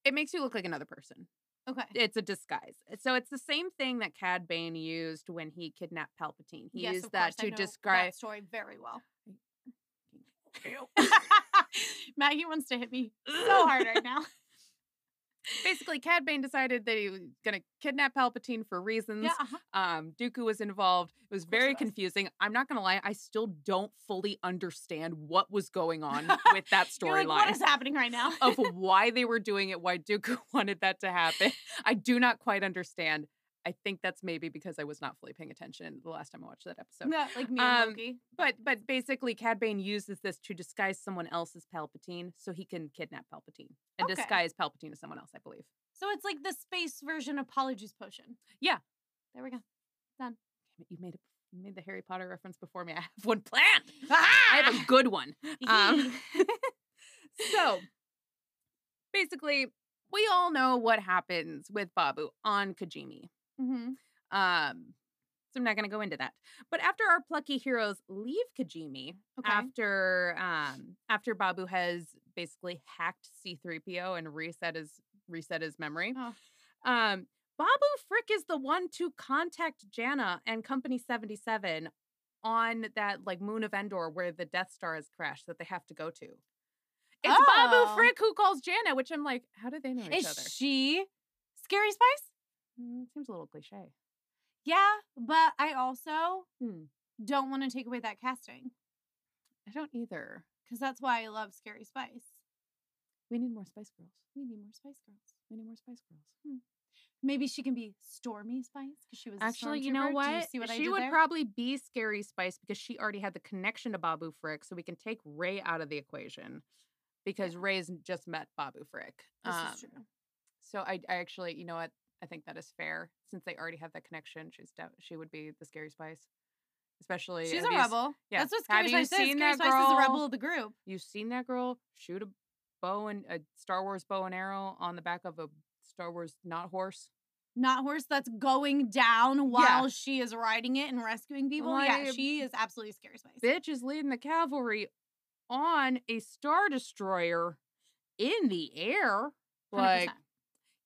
[SPEAKER 2] it makes you look like another person.
[SPEAKER 1] Okay.
[SPEAKER 2] It's a disguise. Uh, So it's the same thing that Cad Bane used when he kidnapped Palpatine. He
[SPEAKER 1] yes,
[SPEAKER 2] used
[SPEAKER 1] of
[SPEAKER 2] that
[SPEAKER 1] course, I
[SPEAKER 2] to
[SPEAKER 1] know
[SPEAKER 2] disguise
[SPEAKER 1] that story very well. Maggie wants to hit me so hard right now.
[SPEAKER 2] basically Cad Bane decided that he was gonna kidnap Palpatine for reasons.
[SPEAKER 1] Yeah, uh-huh.
[SPEAKER 2] Um, Dooku was involved. It was
[SPEAKER 1] course it
[SPEAKER 2] very
[SPEAKER 1] was.
[SPEAKER 2] confusing. I'm not gonna lie, I still don't fully understand what was going on with that
[SPEAKER 1] You're like,
[SPEAKER 2] storyline Oh,
[SPEAKER 1] what is happening right now?
[SPEAKER 2] of why they were doing it, why Dooku wanted that to happen. I do not quite understand. I think that's maybe because I was not fully paying attention the last time I watched that episode.
[SPEAKER 1] Yeah, like me and
[SPEAKER 2] um,
[SPEAKER 1] Loki.
[SPEAKER 2] But but basically, Cad Bane uses this to disguise someone else as Palpatine, so he can kidnap Palpatine and
[SPEAKER 1] Okay.
[SPEAKER 2] disguise Palpatine as someone else, I believe.
[SPEAKER 1] So it's like the space version apologies potion.
[SPEAKER 2] Yeah.
[SPEAKER 1] There we go.
[SPEAKER 2] Damn it, you made it. You made the Harry Potter reference before me. I have one planned. I have a good one. Um, so basically, we all know what happens with Babu on Kajimi.
[SPEAKER 1] hmm
[SPEAKER 2] Um, so I'm not going to go into that. But after our plucky heroes leave Kajimi,
[SPEAKER 1] Okay.
[SPEAKER 2] after um, after Babu has basically hacked C-3PO and reset his reset his memory,
[SPEAKER 1] Oh.
[SPEAKER 2] um, Babu Frick is the one to contact Janna and Company 77 on that like moon of Endor where the Death Star has crashed that they have to go to. It's
[SPEAKER 1] Oh.
[SPEAKER 2] Babu Frick who calls Janna, which I'm like, how do they know each
[SPEAKER 1] Is
[SPEAKER 2] other?
[SPEAKER 1] she Scary Spice?
[SPEAKER 2] Mm, seems a little cliche.
[SPEAKER 1] Yeah, but I also
[SPEAKER 2] Hmm.
[SPEAKER 1] don't want to take away that casting
[SPEAKER 2] I don't either.
[SPEAKER 1] because that's why I love Scary Spice.
[SPEAKER 2] We need more Spice Girls.
[SPEAKER 1] We need more Spice Girls.
[SPEAKER 2] We need more Spice Girls.
[SPEAKER 1] Hmm. Maybe she can be Stormy Spice because she was a
[SPEAKER 2] Actually, you know
[SPEAKER 1] stormtrooper.
[SPEAKER 2] what?
[SPEAKER 1] Do you see what
[SPEAKER 2] she
[SPEAKER 1] I did
[SPEAKER 2] would
[SPEAKER 1] there?
[SPEAKER 2] probably be Scary Spice because she already had the connection to Babu Frick, so we can take Ray out of the equation because Ray's just met Babu Frick.
[SPEAKER 1] This
[SPEAKER 2] Um,
[SPEAKER 1] is true.
[SPEAKER 2] So I, I actually, you know what? I think that is fair since they already have that connection. She's de- she would be the Scary Spice, especially.
[SPEAKER 1] She's
[SPEAKER 2] have
[SPEAKER 1] a
[SPEAKER 2] you s-
[SPEAKER 1] rebel.
[SPEAKER 2] yeah.
[SPEAKER 1] That's what
[SPEAKER 2] Have
[SPEAKER 1] Scary
[SPEAKER 2] you
[SPEAKER 1] Spice is.
[SPEAKER 2] seen
[SPEAKER 1] Scary
[SPEAKER 2] that
[SPEAKER 1] Spice is a rebel
[SPEAKER 2] girl?
[SPEAKER 1] of the group.
[SPEAKER 2] You've seen that girl shoot a bow and a Star Wars bow and arrow on the back of a Star Wars not horse.
[SPEAKER 1] Not horse that's going down while she is riding it and rescuing people. yeah,
[SPEAKER 2] Like,
[SPEAKER 1] she is absolutely Scary Spice.
[SPEAKER 2] bitch is leading the cavalry on a star destroyer in the air.
[SPEAKER 1] 100%.
[SPEAKER 2] Like,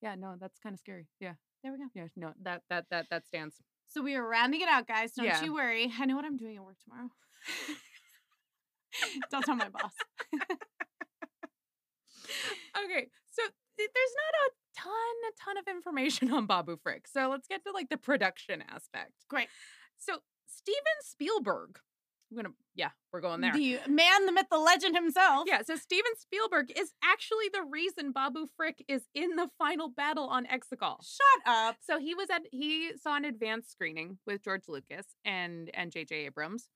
[SPEAKER 2] yeah, no, that's kind of scary. Yeah,
[SPEAKER 1] there we go.
[SPEAKER 2] yeah, no, that that that that stands.
[SPEAKER 1] So we are rounding it out, guys. Don't
[SPEAKER 2] Yeah.
[SPEAKER 1] you worry. I know what I'm doing at work tomorrow. Don't tell my boss.
[SPEAKER 2] Okay, so th- there's not a ton, a ton of information on Babu Frick. So let's get to like the production aspect.
[SPEAKER 1] Great.
[SPEAKER 2] So Steven Spielberg, I'm gonna, yeah, we're going there.
[SPEAKER 1] The man, the myth, the legend himself.
[SPEAKER 2] Yeah, so Steven Spielberg is actually the reason Babu Frick is in the final battle on Exegol.
[SPEAKER 1] Shut up.
[SPEAKER 2] So he was at he saw an advanced screening with George Lucas and and J.J. Abrams,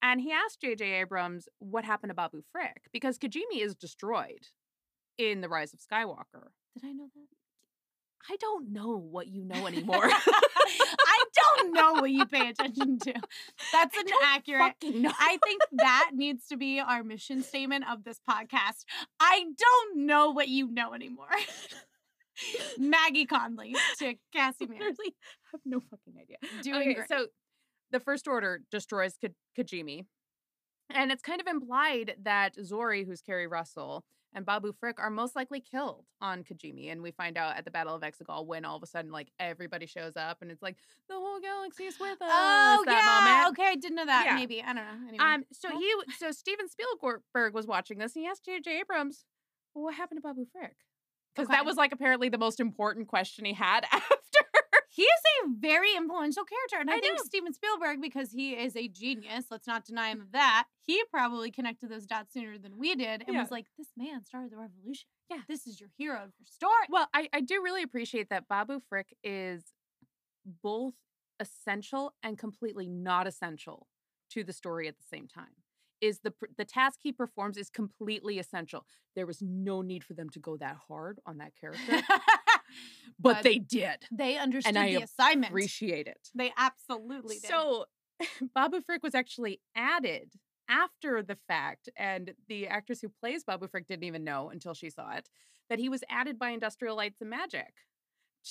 [SPEAKER 2] and he asked J.J. Abrams what happened to Babu Frick because Kajimi is destroyed in the Rise of Skywalker.
[SPEAKER 1] Did I know that?
[SPEAKER 2] I don't know what you know anymore.
[SPEAKER 1] I don't know what you pay attention to. That's an accurate.
[SPEAKER 2] Fucking know.
[SPEAKER 1] I think that needs to be our mission statement of this podcast. I don't know what you know anymore. Maggie Conley to Cassie Mears.
[SPEAKER 2] literally have no fucking idea.
[SPEAKER 1] Doing
[SPEAKER 2] okay,
[SPEAKER 1] great.
[SPEAKER 2] so the First Order destroys Ka- Kajimi, and it's kind of implied that Zori, who's Carrie Russell, and Babu Frick are most likely killed on Kajimi. And we find out at the Battle of Exegol when all of a sudden, like everybody shows up, and it's like the whole galaxy is with us.
[SPEAKER 1] Oh
[SPEAKER 2] that
[SPEAKER 1] yeah.
[SPEAKER 2] moment.
[SPEAKER 1] Okay, I didn't know that.
[SPEAKER 2] Yeah.
[SPEAKER 1] Maybe I don't know. Anyway.
[SPEAKER 2] Um, so
[SPEAKER 1] Cool.
[SPEAKER 2] he, w- so Steven Spielberg was watching this, and he asked J.J. Abrams, well, "What happened to Babu Frick?" Because
[SPEAKER 1] Okay.
[SPEAKER 2] that was like apparently the most important question he had after
[SPEAKER 1] He is a very influential character. And I,
[SPEAKER 2] I
[SPEAKER 1] think
[SPEAKER 2] know.
[SPEAKER 1] Steven Spielberg, because he is a genius, let's not deny him of that, he probably connected those dots sooner than we did and
[SPEAKER 2] Yeah.
[SPEAKER 1] was like, this man started the revolution.
[SPEAKER 2] Yeah.
[SPEAKER 1] This is your hero of your story.
[SPEAKER 2] Well, I, I do really appreciate that Babu Frick is both essential and completely not essential to the story at the same time. Is the pr- the task he performs is completely essential. There was no need for them to go that hard on that character, but,
[SPEAKER 1] But
[SPEAKER 2] they did.
[SPEAKER 1] they understood
[SPEAKER 2] I
[SPEAKER 1] the assignment.
[SPEAKER 2] Appreciate it.
[SPEAKER 1] They absolutely did.
[SPEAKER 2] So Babu Frick was actually added after the fact, and the actress who plays Babu Frick didn't even know until she saw it that he was added by Industrial Lights and Magic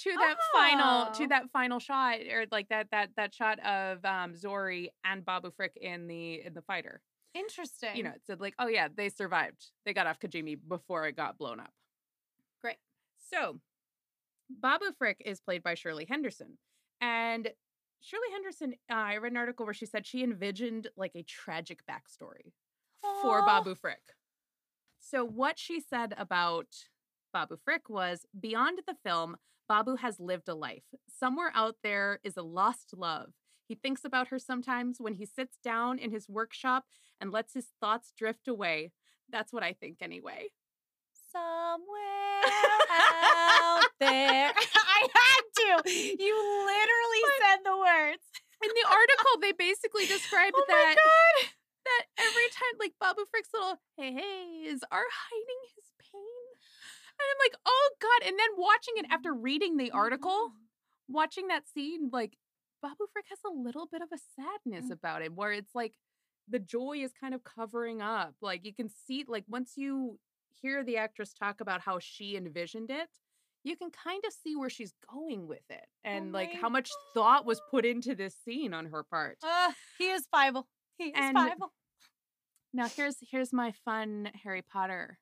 [SPEAKER 2] to that final
[SPEAKER 1] Oh.
[SPEAKER 2] to that final shot or like that that that shot of um Zori and Babu Frick in the in the fighter.
[SPEAKER 1] interesting.
[SPEAKER 2] You know, it said like, oh yeah, they survived. They got off Kajimi before it got blown up.
[SPEAKER 1] Great.
[SPEAKER 2] So, Babu Frick is played by Shirley Henderson. And Shirley Henderson, uh, I read an article where she said she envisioned like a tragic backstory for
[SPEAKER 1] Aw.
[SPEAKER 2] Babu Frick. So, what she said about Babu Frick was beyond the film, Babu has lived a life. Somewhere out there is a lost love. He thinks about her sometimes when he sits down in his workshop and lets his thoughts drift away. That's what I think, anyway.
[SPEAKER 1] Somewhere out there. I had to. You literally said the words.
[SPEAKER 2] In the article, they basically described
[SPEAKER 1] Oh my
[SPEAKER 2] that that every time, like Babu Frick's little hey hey's are hiding his pain, and I'm like, oh god! And then watching it after reading the article, watching that scene, like Babu Frick has a little bit of a sadness about it, where it's like the joy is kind of covering up. Like you can see, like once you hear the actress talk about how she envisioned it. You can kind of see where she's going with it and like
[SPEAKER 1] my
[SPEAKER 2] how much thought was put into this scene on her part.
[SPEAKER 1] Uh, he is fiable. He is
[SPEAKER 2] And-
[SPEAKER 1] fiable.
[SPEAKER 2] Now here's here's my fun Harry Potter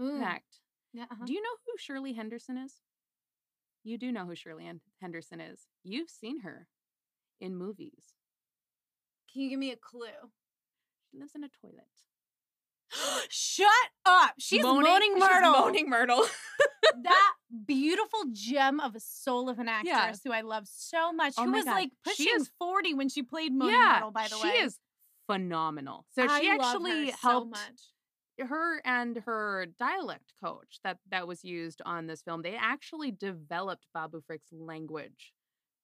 [SPEAKER 1] Ooh.
[SPEAKER 2] fact.
[SPEAKER 1] Yeah, uh-huh.
[SPEAKER 2] Do you know who Shirley Henderson is? You do know who Shirley Hen- Henderson is. You've seen her in movies.
[SPEAKER 1] Can you give me a clue?
[SPEAKER 2] She lives in a toilet.
[SPEAKER 1] Shut up. She's Moaning
[SPEAKER 2] she's
[SPEAKER 1] Myrtle.
[SPEAKER 2] Moaning Myrtle.
[SPEAKER 1] that beautiful gem of a soul of an actress
[SPEAKER 2] Yeah.
[SPEAKER 1] who I love so much.
[SPEAKER 2] Oh
[SPEAKER 1] who
[SPEAKER 2] my
[SPEAKER 1] was
[SPEAKER 2] God.
[SPEAKER 1] like
[SPEAKER 2] She
[SPEAKER 1] pushing
[SPEAKER 2] is-
[SPEAKER 1] 40 when she played Moaning Myrtle, by the
[SPEAKER 2] she
[SPEAKER 1] way.
[SPEAKER 2] is phenomenal. So she
[SPEAKER 1] I love her
[SPEAKER 2] actually
[SPEAKER 1] so
[SPEAKER 2] helped
[SPEAKER 1] much.
[SPEAKER 2] her and her dialect coach that that was used on this film. They actually developed Babu Frick's language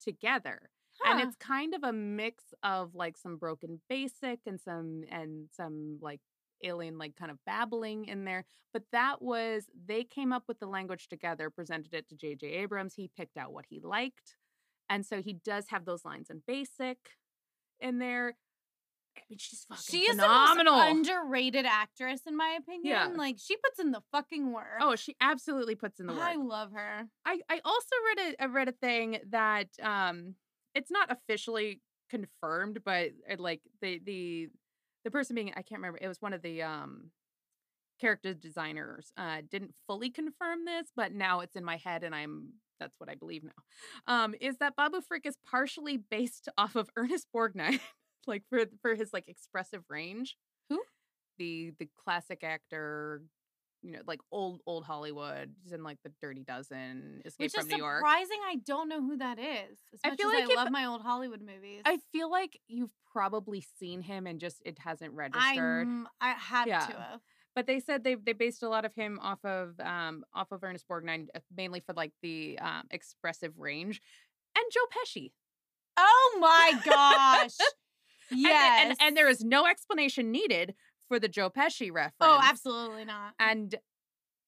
[SPEAKER 2] together. and
[SPEAKER 1] Huh.
[SPEAKER 2] it's kind of a mix of like some broken basic and some and some like alien like kind of babbling in there but that was they came up with the language together presented it to jj abrams he picked out what he liked and so he does have those lines in basic in there i mean she's fucking
[SPEAKER 1] she is
[SPEAKER 2] phenomenal
[SPEAKER 1] the most underrated actress in my opinion.
[SPEAKER 2] Yeah.
[SPEAKER 1] Like she puts in the fucking work.
[SPEAKER 2] oh she absolutely puts in the work
[SPEAKER 1] I love her.
[SPEAKER 2] I, I also read a I read a thing that um it's not officially confirmed, but uh, like the the the person being I can't remember it was one of the um character designers uh didn't fully confirm this, but now it's in my head and I'm that's what I believe now. Um is that Babu Frick is partially based off of Ernest Borgnine, like for for his like expressive range.
[SPEAKER 1] Who?
[SPEAKER 2] The the classic actor you know, like old old Hollywood, he's in like the Dirty Dozen, Escape
[SPEAKER 1] Which is
[SPEAKER 2] from New York.
[SPEAKER 1] surprising. I don't know who that is. As
[SPEAKER 2] I
[SPEAKER 1] much
[SPEAKER 2] feel
[SPEAKER 1] as
[SPEAKER 2] like
[SPEAKER 1] I
[SPEAKER 2] if-
[SPEAKER 1] love my old Hollywood movies.
[SPEAKER 2] I feel like you've probably seen him and just it hasn't registered.
[SPEAKER 1] I'm- I had
[SPEAKER 2] Yeah.
[SPEAKER 1] to have.
[SPEAKER 2] But they said they they based a lot of him off of um off of Ernest Borgnine, uh, mainly for like the um, expressive range, and Joe Pesci.
[SPEAKER 1] Oh my gosh.
[SPEAKER 2] And the-
[SPEAKER 1] yes.
[SPEAKER 2] and, and there is no explanation needed for the Joe Pesci reference.
[SPEAKER 1] Oh, absolutely not.
[SPEAKER 2] And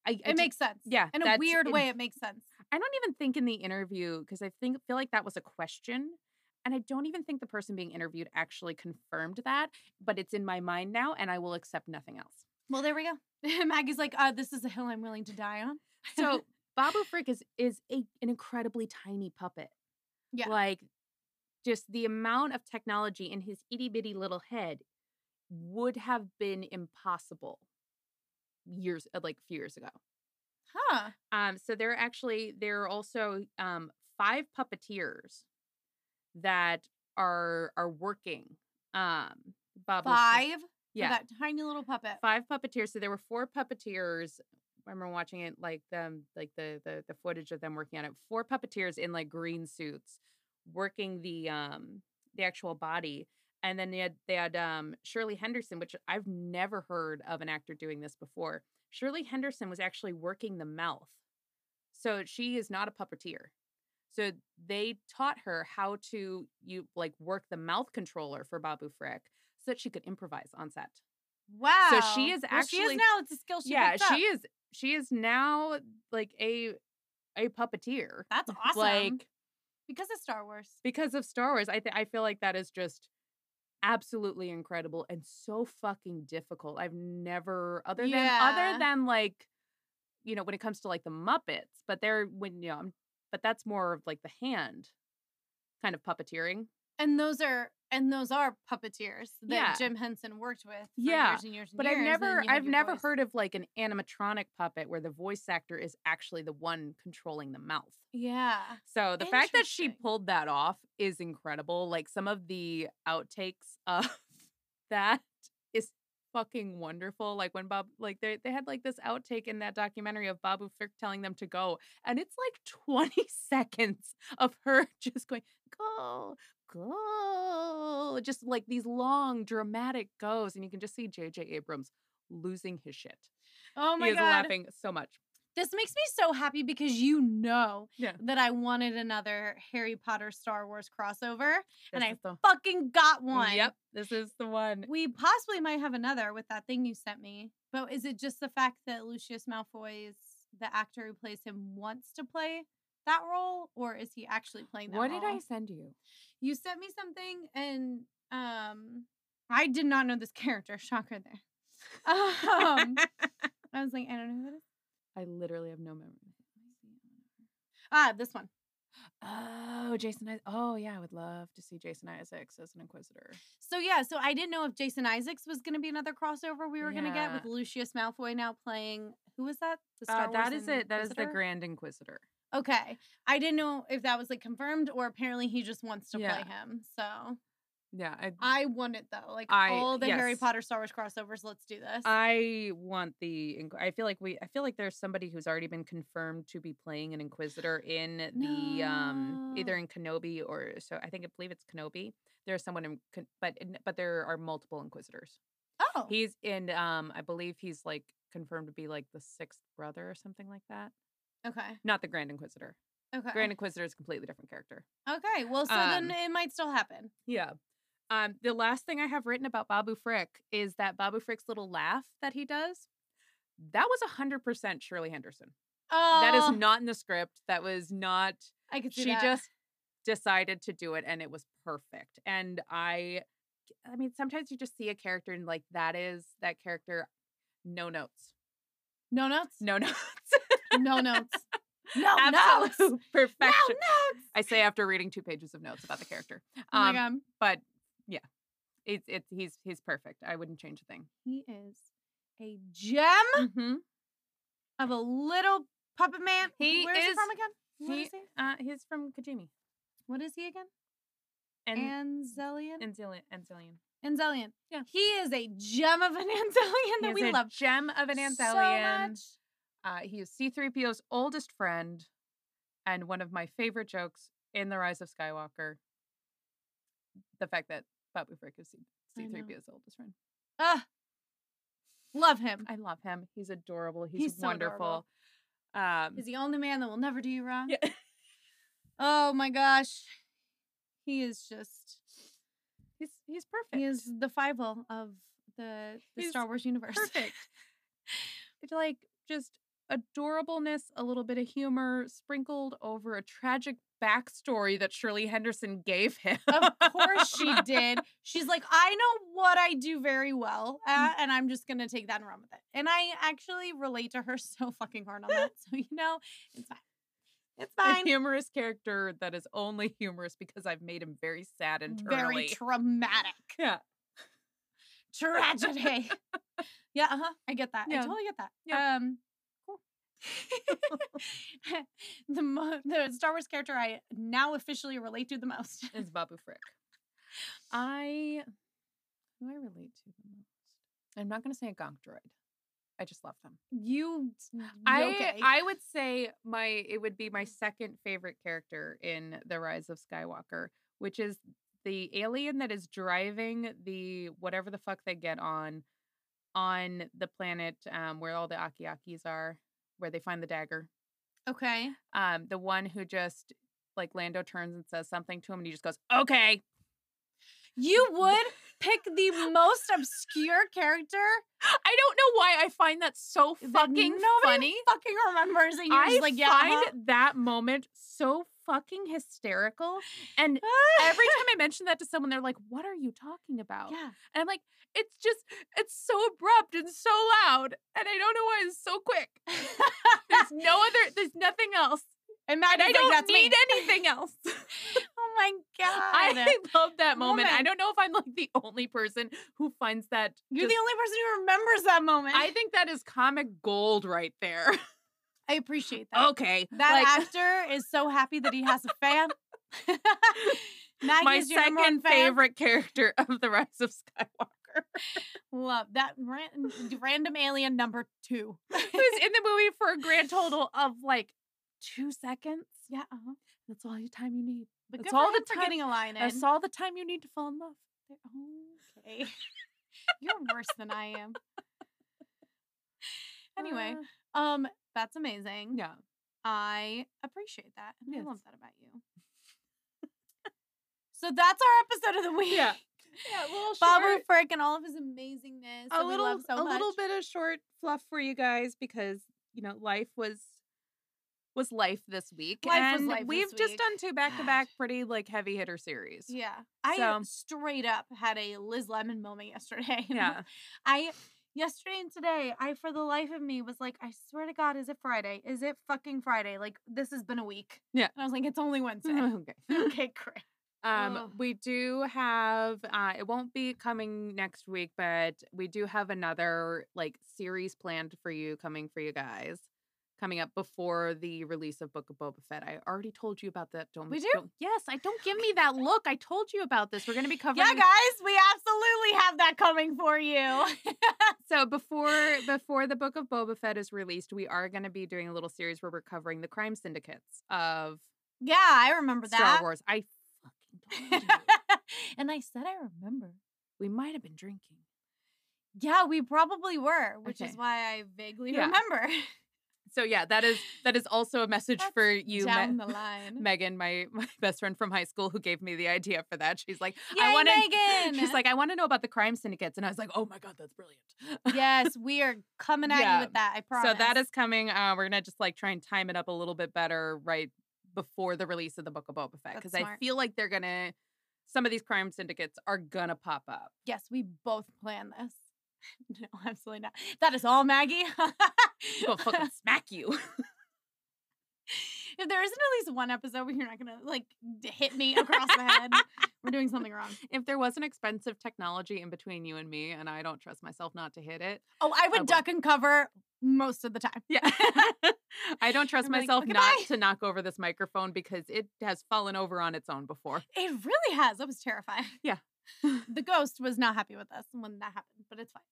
[SPEAKER 2] I, I
[SPEAKER 1] it
[SPEAKER 2] did-
[SPEAKER 1] makes sense.
[SPEAKER 2] yeah,
[SPEAKER 1] In a
[SPEAKER 2] that's-
[SPEAKER 1] weird
[SPEAKER 2] it-
[SPEAKER 1] way, it makes sense.
[SPEAKER 2] I don't even think in the interview because I think feel like that was a question, and I don't even think the person being interviewed actually confirmed that. But it's in my mind now, and I will accept nothing else.
[SPEAKER 1] Well, there we go. Maggie's like, uh, this is a hill I'm willing to die on.
[SPEAKER 2] So Babu Frick is is a, an incredibly tiny puppet.
[SPEAKER 1] Yeah.
[SPEAKER 2] like just the amount of technology in his itty bitty little head would have been impossible years uh, like a few years ago.
[SPEAKER 1] Huh.
[SPEAKER 2] Um, so there are actually there are also um, five puppeteers that are are working. Um, Babu Frick-
[SPEAKER 1] Five for
[SPEAKER 2] yeah,
[SPEAKER 1] that tiny little puppet.
[SPEAKER 2] five puppeteers. So there were four puppeteers. I remember watching it like them like the the the footage of them working on it. Four puppeteers in like green suits working the um the actual body. And then they had they had um Shirley Henderson, which I've never heard of an actor doing this before. Shirley Henderson was actually working the mouth. So she is not a puppeteer. So they taught her how to you like work the mouth controller for Babu Frick so that she could improvise on set.
[SPEAKER 1] Wow.
[SPEAKER 2] she is
[SPEAKER 1] Well, she is
[SPEAKER 2] actually-
[SPEAKER 1] now. It's a skill she
[SPEAKER 2] yeah,
[SPEAKER 1] picked up.
[SPEAKER 2] she is she is now like a a puppeteer.
[SPEAKER 1] That's awesome.
[SPEAKER 2] Like
[SPEAKER 1] because of Star Wars.
[SPEAKER 2] because of Star Wars, I th- I feel like that is just absolutely incredible and so fucking difficult. I've never other than
[SPEAKER 1] Yeah.
[SPEAKER 2] other than like you know when it comes to like the Muppets, but they're when you know, I'm- but that's more of like the hand kind of puppeteering.
[SPEAKER 1] And those are and those are puppeteers that
[SPEAKER 2] Yeah.
[SPEAKER 1] Jim Henson worked with for
[SPEAKER 2] Yeah,
[SPEAKER 1] years and years and
[SPEAKER 2] But
[SPEAKER 1] years.
[SPEAKER 2] I've
[SPEAKER 1] and then
[SPEAKER 2] never
[SPEAKER 1] you had
[SPEAKER 2] I've
[SPEAKER 1] your
[SPEAKER 2] never
[SPEAKER 1] voice.
[SPEAKER 2] heard of like an animatronic puppet where the voice actor is actually the one controlling the mouth.
[SPEAKER 1] Yeah.
[SPEAKER 2] So the fact that she
[SPEAKER 1] Interesting.
[SPEAKER 2] pulled that off is incredible. Like some of the outtakes of that is fucking wonderful. Like when Bob, like they, they had like this outtake in that documentary of Babu Frick telling them to go, and it's like 20 seconds of her just going, go, go, just like these long dramatic goes, and you can just see J.J. Abrams losing his shit.
[SPEAKER 1] Oh my
[SPEAKER 2] he is
[SPEAKER 1] god.
[SPEAKER 2] laughing so much.
[SPEAKER 1] This makes me so happy because you know
[SPEAKER 2] Yeah.
[SPEAKER 1] that I wanted another Harry Potter Star Wars crossover. And
[SPEAKER 2] This is the
[SPEAKER 1] Fucking got one.
[SPEAKER 2] Yep, this is the one.
[SPEAKER 1] We possibly might have another with that thing you sent me. But is it just the fact that Lucius Malfoy is the actor who plays him wants to play that role, or is he actually playing that
[SPEAKER 2] What did
[SPEAKER 1] role?
[SPEAKER 2] I send you?
[SPEAKER 1] You sent me something, and um, I did not know this character. Shocker there. Um, I was like, I don't know who that is.
[SPEAKER 2] I literally have no memory.
[SPEAKER 1] Ah, this one.
[SPEAKER 2] Oh, Jason. I- oh, yeah. I would love to see Jason Isaacs as an Inquisitor.
[SPEAKER 1] So yeah, so I didn't know if Jason Isaacs was going to be another crossover we were going to get with
[SPEAKER 2] Yeah.
[SPEAKER 1] Lucius Malfoy now playing who was that? The Wars
[SPEAKER 2] Uh, that is it. That is the
[SPEAKER 1] Inquisitor?
[SPEAKER 2] Grand Inquisitor.
[SPEAKER 1] Okay, I didn't know if that was like confirmed or apparently he just wants to
[SPEAKER 2] Yeah.
[SPEAKER 1] play him. So
[SPEAKER 2] Yeah, I,
[SPEAKER 1] I want it though. Like
[SPEAKER 2] I-
[SPEAKER 1] all the Harry
[SPEAKER 2] yes. Uh,
[SPEAKER 1] Potter Star Wars crossovers. Let's do this.
[SPEAKER 2] I want the. Inqu- I feel like we. I feel like there's somebody who's already been confirmed to be playing an Inquisitor in the um either
[SPEAKER 1] No.
[SPEAKER 2] in Kenobi or so. I think I believe it's Kenobi. There's someone in, Ken- but in- but there are multiple Inquisitors.
[SPEAKER 1] oh,
[SPEAKER 2] He's in. Um, I believe he's like confirmed to be like the sixth brother or something like that.
[SPEAKER 1] okay,
[SPEAKER 2] Not the Grand Inquisitor.
[SPEAKER 1] okay,
[SPEAKER 2] Grand Inquisitor is a completely different character.
[SPEAKER 1] okay. Well, so then
[SPEAKER 2] Um,
[SPEAKER 1] it might still happen.
[SPEAKER 2] Yeah. Um, the last thing I have written about Babu Frick is that Babu Frick's little laugh that he does, that was 100% Shirley Henderson.
[SPEAKER 1] Oh,
[SPEAKER 2] that is not in the script. That was not,
[SPEAKER 1] I could see
[SPEAKER 2] she
[SPEAKER 1] that.
[SPEAKER 2] just decided to do it and it was perfect. And I, I mean, sometimes you just see a character and like, that is that character, no notes.
[SPEAKER 1] no notes,
[SPEAKER 2] No notes.
[SPEAKER 1] no notes, no notes,
[SPEAKER 2] Absolute
[SPEAKER 1] no
[SPEAKER 2] perfection.
[SPEAKER 1] notes.
[SPEAKER 2] I um say after reading two pages of notes about the character.
[SPEAKER 1] Oh my god,
[SPEAKER 2] but yeah, it's it's he's he's perfect. I wouldn't change a thing.
[SPEAKER 1] he is a gem
[SPEAKER 2] Mm-hmm.
[SPEAKER 1] of a little puppet man.
[SPEAKER 2] He
[SPEAKER 1] Where's he
[SPEAKER 2] is-
[SPEAKER 1] from again? What
[SPEAKER 2] He
[SPEAKER 1] is he?
[SPEAKER 2] uh, he's from Kajimi
[SPEAKER 1] What is he again?
[SPEAKER 2] and
[SPEAKER 1] Anzelian.
[SPEAKER 2] and Zillion and Zillion.
[SPEAKER 1] Anzelian.
[SPEAKER 2] Yeah.
[SPEAKER 1] He is a gem of an Anzelian that
[SPEAKER 2] He's
[SPEAKER 1] we
[SPEAKER 2] a
[SPEAKER 1] love
[SPEAKER 2] gem of an
[SPEAKER 1] so
[SPEAKER 2] Anthelian.
[SPEAKER 1] much.
[SPEAKER 2] uh, he is C-3PO's oldest friend, and one of my favorite jokes in The Rise of Skywalker. The fact that Babu Frick is
[SPEAKER 1] I know.
[SPEAKER 2] C-3PO's oldest friend.
[SPEAKER 1] Ah, love him.
[SPEAKER 2] I love him. He's adorable. He's,
[SPEAKER 1] He's so adorable.
[SPEAKER 2] wonderful. Um,
[SPEAKER 1] He's the only man that will never do you wrong.
[SPEAKER 2] yeah.
[SPEAKER 1] Oh my gosh, he is just.
[SPEAKER 2] he's he's perfect.
[SPEAKER 1] He is the fivel of the, the
[SPEAKER 2] He's
[SPEAKER 1] Star Wars universe.
[SPEAKER 2] perfect. it's like just adorableness, a little bit of humor sprinkled over a tragic backstory that Shirley Henderson gave him.
[SPEAKER 1] of course she did. She's like, I know what I do very well, uh, and I'm just gonna take that and run with it. And I actually relate to her so fucking hard on that. So you know, it's fine. It's
[SPEAKER 2] A
[SPEAKER 1] fine.
[SPEAKER 2] humorous character that is only humorous because I've made him very sad internally.
[SPEAKER 1] Very traumatic
[SPEAKER 2] yeah.
[SPEAKER 1] tragedy. yeah, uh huh. I get that. I
[SPEAKER 2] uh-huh. Yeah.
[SPEAKER 1] totally get that.
[SPEAKER 2] Yeah.
[SPEAKER 1] Um, cool. the mo- the Star Wars character I now officially relate to the most.
[SPEAKER 2] It's Babu Frick. I who I relate to the most. I'm not gonna say a gonk droid. I just love them.
[SPEAKER 1] You.
[SPEAKER 2] I
[SPEAKER 1] okay.
[SPEAKER 2] I would say my it would be my second favorite character in The Rise of Skywalker, which is the alien that is driving the whatever the fuck they get on on the planet um, where all the Akiakis are, where they find the dagger.
[SPEAKER 1] okay.
[SPEAKER 2] Um, the one who just like Lando turns and says something to him, and he just goes, "Okay."
[SPEAKER 1] You would pick the most obscure character
[SPEAKER 2] I don't know why I find that so
[SPEAKER 1] that
[SPEAKER 2] fucking
[SPEAKER 1] nobody
[SPEAKER 2] funny.
[SPEAKER 1] fucking remembers, and you're
[SPEAKER 2] I
[SPEAKER 1] just like, yeah.
[SPEAKER 2] find
[SPEAKER 1] uh-huh."
[SPEAKER 2] that moment so fucking hysterical. And
[SPEAKER 1] uh-huh.
[SPEAKER 2] every time I mention that to someone, they're like, "What are you talking about?"
[SPEAKER 1] Yeah.
[SPEAKER 2] And I'm like, "It's just, it's so abrupt and so loud, and I don't know why it's so quick. There's no other, there's nothing else,
[SPEAKER 1] And Matt
[SPEAKER 2] and
[SPEAKER 1] is
[SPEAKER 2] I
[SPEAKER 1] like,
[SPEAKER 2] don't
[SPEAKER 1] that's me.
[SPEAKER 2] need anything else."
[SPEAKER 1] Oh my god.
[SPEAKER 2] I love that moment. I
[SPEAKER 1] Woman.
[SPEAKER 2] don't know if I'm like the only person who finds that.
[SPEAKER 1] You're the
[SPEAKER 2] just-
[SPEAKER 1] only person who remembers that moment.
[SPEAKER 2] I think that is comic gold right there.
[SPEAKER 1] I appreciate that.
[SPEAKER 2] okay,
[SPEAKER 1] That
[SPEAKER 2] like,
[SPEAKER 1] actor is so happy that he has a fan. Maggie
[SPEAKER 2] my
[SPEAKER 1] is your number one
[SPEAKER 2] second
[SPEAKER 1] fan.
[SPEAKER 2] favorite character of the Rise of Skywalker,
[SPEAKER 1] Love that ran- random alien number two.
[SPEAKER 2] who's in the movie for a grand total of like two seconds.
[SPEAKER 1] Yeah, uh-huh.
[SPEAKER 2] That's all the time you need.
[SPEAKER 1] but
[SPEAKER 2] That's
[SPEAKER 1] good for
[SPEAKER 2] all
[SPEAKER 1] him
[SPEAKER 2] the
[SPEAKER 1] for
[SPEAKER 2] time-
[SPEAKER 1] getting a line in.
[SPEAKER 2] That's all the time you need to fall in love.
[SPEAKER 1] Okay, you're worse than I am. Anyway,
[SPEAKER 2] Uh,
[SPEAKER 1] um, that's amazing.
[SPEAKER 2] yeah.
[SPEAKER 1] I appreciate that. And
[SPEAKER 2] Yes.
[SPEAKER 1] I love that about you. so that's our episode of the week.
[SPEAKER 2] Yeah. Yeah, a little
[SPEAKER 1] Babu Frick and all of his amazingness.
[SPEAKER 2] a
[SPEAKER 1] that we
[SPEAKER 2] little
[SPEAKER 1] love so
[SPEAKER 2] a little
[SPEAKER 1] much.
[SPEAKER 2] bit of short fluff for you guys because you know life was was life this week
[SPEAKER 1] Life was
[SPEAKER 2] and
[SPEAKER 1] life this
[SPEAKER 2] we've just
[SPEAKER 1] week.
[SPEAKER 2] done two back to back pretty like heavy hitter series
[SPEAKER 1] Yeah. I
[SPEAKER 2] So-
[SPEAKER 1] straight up had a Liz Lemon moment yesterday.
[SPEAKER 2] yeah
[SPEAKER 1] I yesterday and today, I for the life of me was like, I swear to God, is it Friday? Is it fucking Friday? Like this has been a week.
[SPEAKER 2] Yeah.
[SPEAKER 1] And I was like, it's only Wednesday.
[SPEAKER 2] okay
[SPEAKER 1] okay, great.
[SPEAKER 2] um
[SPEAKER 1] Ugh.
[SPEAKER 2] we do have uh it won't be coming next week but we do have another like series planned for you coming for you guys coming up before the release of book of boba fett i already told you about that don't
[SPEAKER 1] We do?
[SPEAKER 2] don't- yes i don't give me that look i told you about this we're going to be covering
[SPEAKER 1] Yeah, guys, we absolutely have that coming for you.
[SPEAKER 2] So before before the book of Boba Fett is released, we are going to be doing a little series where we're covering the crime syndicates of
[SPEAKER 1] yeah, I remember
[SPEAKER 2] Star
[SPEAKER 1] that.
[SPEAKER 2] Wars. I fucking told you.
[SPEAKER 1] and I said I remember.
[SPEAKER 2] we might have been drinking.
[SPEAKER 1] Yeah, we probably were, which
[SPEAKER 2] Okay.
[SPEAKER 1] is why I vaguely
[SPEAKER 2] Yeah.
[SPEAKER 1] remember.
[SPEAKER 2] So yeah, that is that is also a message
[SPEAKER 1] That's
[SPEAKER 2] for you, Me-
[SPEAKER 1] down the line.
[SPEAKER 2] Megan, my my best friend from high school, who gave me the idea for that. She's like, I
[SPEAKER 1] Yay,
[SPEAKER 2] want
[SPEAKER 1] Megan!
[SPEAKER 2] She's like, I want to know about the crime syndicates, and I was like, Oh my god, that's brilliant.
[SPEAKER 1] yes, we are coming at
[SPEAKER 2] Yeah.
[SPEAKER 1] you with that. I promise.
[SPEAKER 2] So that is coming. Uh, we're gonna just like try and time it up a little bit better right before the release of the Book of Boba Fett
[SPEAKER 1] That's
[SPEAKER 2] because I
[SPEAKER 1] smart.
[SPEAKER 2] feel like they're gonna some of these crime syndicates are gonna pop up.
[SPEAKER 1] yes, we both planned this. No, absolutely not. That is all, Maggie. Oh,
[SPEAKER 2] Go fucking smack you.
[SPEAKER 1] if there isn't at least one episode where you're not gonna like d- hit me across the head, we're doing something wrong.
[SPEAKER 2] if there wasn't expensive technology in between you and me, and I don't trust myself not to hit it.
[SPEAKER 1] Oh, I would
[SPEAKER 2] would.
[SPEAKER 1] duck and cover most of the time.
[SPEAKER 2] Yeah, I don't trust
[SPEAKER 1] I'm like,
[SPEAKER 2] myself
[SPEAKER 1] "Okay,
[SPEAKER 2] not
[SPEAKER 1] bye."
[SPEAKER 2] to knock over this microphone because it has fallen over on its own before.
[SPEAKER 1] It really has. That was terrifying.
[SPEAKER 2] Yeah.
[SPEAKER 1] the ghost was not happy with us when that happened, but it's fine.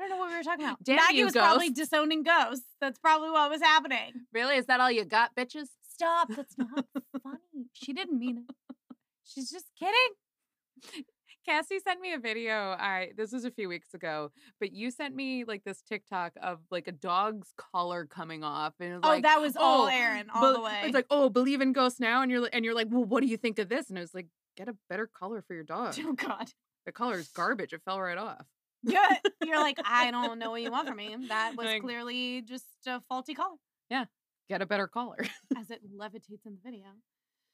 [SPEAKER 1] I don't know what we were talking about.
[SPEAKER 2] Damn
[SPEAKER 1] Maggie
[SPEAKER 2] you,
[SPEAKER 1] was probably disowning ghosts. That's probably what was happening.
[SPEAKER 2] Really, is that all you got, bitches?
[SPEAKER 1] Stop. That's not funny. She didn't mean it. She's just kidding.
[SPEAKER 2] Cassie sent me a video. I this was a few weeks ago, but you sent me like this TikTok of like a dog's collar coming off, and it was
[SPEAKER 1] Oh,
[SPEAKER 2] like,
[SPEAKER 1] that was all
[SPEAKER 2] oh,
[SPEAKER 1] Aaron all the
[SPEAKER 2] "Bel-
[SPEAKER 1] way.
[SPEAKER 2] It's like, oh, believe in ghosts now, and you're li- and you're like, well, what do you think of this? And I was like, get a better collar for your dog.
[SPEAKER 1] oh God.
[SPEAKER 2] The collar is garbage. It fell right off.
[SPEAKER 1] Yeah. You're like, I don't know what you want from me. That was
[SPEAKER 2] Like-
[SPEAKER 1] clearly just a faulty collar
[SPEAKER 2] Get a better collar. It
[SPEAKER 1] as it levitates in the video.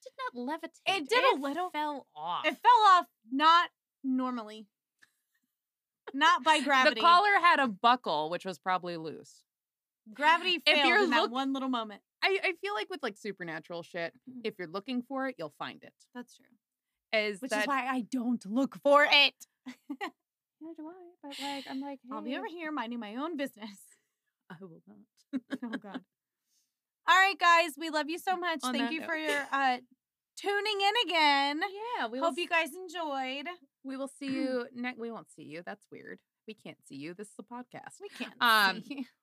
[SPEAKER 2] did not levitate.
[SPEAKER 1] It did a little.
[SPEAKER 2] Fell off.
[SPEAKER 1] It fell off not normally. Not by gravity.
[SPEAKER 2] The collar had a buckle, which was probably loose.
[SPEAKER 1] Gravity
[SPEAKER 2] If
[SPEAKER 1] failed
[SPEAKER 2] you're
[SPEAKER 1] in that
[SPEAKER 2] look-
[SPEAKER 1] one little moment.
[SPEAKER 2] I, I feel like with like supernatural shit, if you're looking for it, you'll find it.
[SPEAKER 1] That's true.
[SPEAKER 2] Is
[SPEAKER 1] Which is
[SPEAKER 2] that
[SPEAKER 1] why I don't look for it.
[SPEAKER 2] Neither do I. But like, I'm like,
[SPEAKER 1] I'll be over here minding my own business.
[SPEAKER 2] I will not.
[SPEAKER 1] Oh God. All right, guys, we love you so much.
[SPEAKER 2] On
[SPEAKER 1] Thank
[SPEAKER 2] that
[SPEAKER 1] you
[SPEAKER 2] note.
[SPEAKER 1] for your uh, tuning in again.
[SPEAKER 2] Yeah, we will.
[SPEAKER 1] Hope you guys enjoyed.
[SPEAKER 2] we will see you next. We won't see you. That's weird. We can't see you. This is a podcast.
[SPEAKER 1] We can't.
[SPEAKER 2] Um,
[SPEAKER 1] see.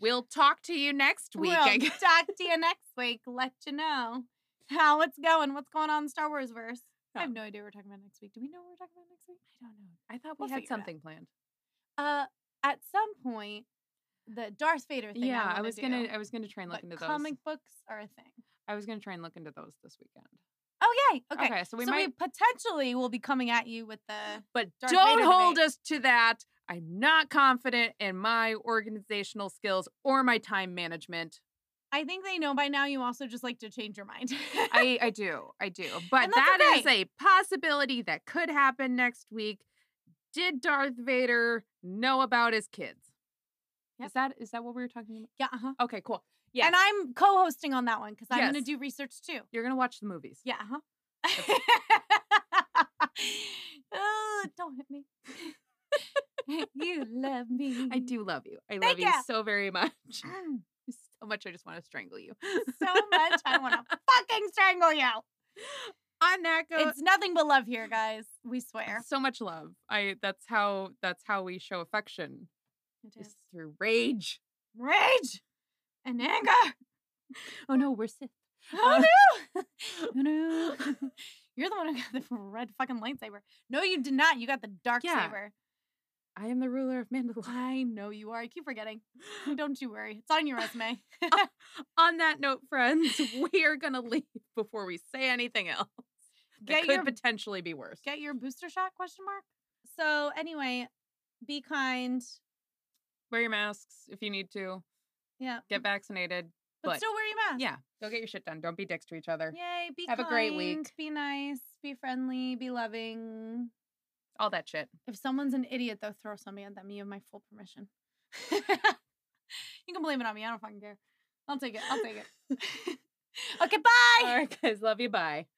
[SPEAKER 2] We'll talk to you next week.
[SPEAKER 1] We'll
[SPEAKER 2] I guess.
[SPEAKER 1] talk to you next week. Let you know how it's going. What's going on in the Star Wars verse? I have no idea what we're talking about next week. Do we know what we're talking about next week?
[SPEAKER 2] Oh. I don't know. I thought we
[SPEAKER 1] We'll
[SPEAKER 2] had
[SPEAKER 1] figure it out.
[SPEAKER 2] something planned.
[SPEAKER 1] Uh, at some point, the Darth Vader thing.
[SPEAKER 2] yeah, I,
[SPEAKER 1] wanna
[SPEAKER 2] was gonna.
[SPEAKER 1] do,
[SPEAKER 2] I was gonna try and look
[SPEAKER 1] but
[SPEAKER 2] into those.
[SPEAKER 1] comic books are a thing.
[SPEAKER 2] I was gonna try and look into those this weekend.
[SPEAKER 1] Oh yay! Okay,
[SPEAKER 2] Okay, so we might-
[SPEAKER 1] potentially will be coming at you with the.
[SPEAKER 2] But
[SPEAKER 1] Darth
[SPEAKER 2] don't
[SPEAKER 1] Vader
[SPEAKER 2] hold
[SPEAKER 1] debate.
[SPEAKER 2] us to that. I'm not confident in my organizational skills or my time management.
[SPEAKER 1] I think they know by now. You also just like to change your mind.
[SPEAKER 2] I, I do. I do. But
[SPEAKER 1] that's
[SPEAKER 2] that is
[SPEAKER 1] okay.
[SPEAKER 2] a possibility that could happen next week. Did Darth Vader know about his kids?
[SPEAKER 1] Yep.
[SPEAKER 2] Is that is that what we were talking about?
[SPEAKER 1] yeah. Uh-huh.
[SPEAKER 2] Okay, cool. Yes.
[SPEAKER 1] And I'm co-hosting on that one because I'm gonna
[SPEAKER 2] Yes.
[SPEAKER 1] do research too.
[SPEAKER 2] You're gonna watch the movies.
[SPEAKER 1] Yeah. uh-huh. Huh? oh, don't hit me. you love me.
[SPEAKER 2] I do love you. I love
[SPEAKER 1] Mm-hmm. Thank
[SPEAKER 2] you
[SPEAKER 1] ya. Mm.
[SPEAKER 2] so very much. so much I just want to strangle you.
[SPEAKER 1] so much. I want to fucking strangle you.
[SPEAKER 2] On that go-
[SPEAKER 1] It's nothing but love here, guys. We swear.
[SPEAKER 2] so much love. I that's how that's how we show affection
[SPEAKER 1] It
[SPEAKER 2] is
[SPEAKER 1] is
[SPEAKER 2] through rage.
[SPEAKER 1] rage and anger.
[SPEAKER 2] Oh no, we're Sith.
[SPEAKER 1] Oh no!
[SPEAKER 2] no.
[SPEAKER 1] You're the one who got the red fucking lightsaber. No, you did not. You got the dark
[SPEAKER 2] Yeah.
[SPEAKER 1] saber.
[SPEAKER 2] I am the ruler of Mandalore.
[SPEAKER 1] I know you are. I keep forgetting. Don't you worry. It's on your resume.
[SPEAKER 2] On that note, friends, we are gonna leave before we say anything else. That
[SPEAKER 1] Get
[SPEAKER 2] could
[SPEAKER 1] your
[SPEAKER 2] potentially be worse.
[SPEAKER 1] get your booster shot? Question mark. So anyway, be kind.
[SPEAKER 2] Wear your masks if you need to.
[SPEAKER 1] Yeah.
[SPEAKER 2] Get vaccinated.
[SPEAKER 1] but,
[SPEAKER 2] but-
[SPEAKER 1] still wear your mask.
[SPEAKER 2] Mm-hmm. Yeah. Go get your shit done. Don't be dicks to each other.
[SPEAKER 1] Yay. Be
[SPEAKER 2] Have a great
[SPEAKER 1] kind,
[SPEAKER 2] week.
[SPEAKER 1] Be nice. Be friendly. Be loving.
[SPEAKER 2] All that shit.
[SPEAKER 1] If someone's an idiot, though, throw something at them. You have my full permission. you can blame it on me. I don't fucking care. I'll take it. I'll take it. okay, bye.
[SPEAKER 2] All right, guys. Love you. Bye.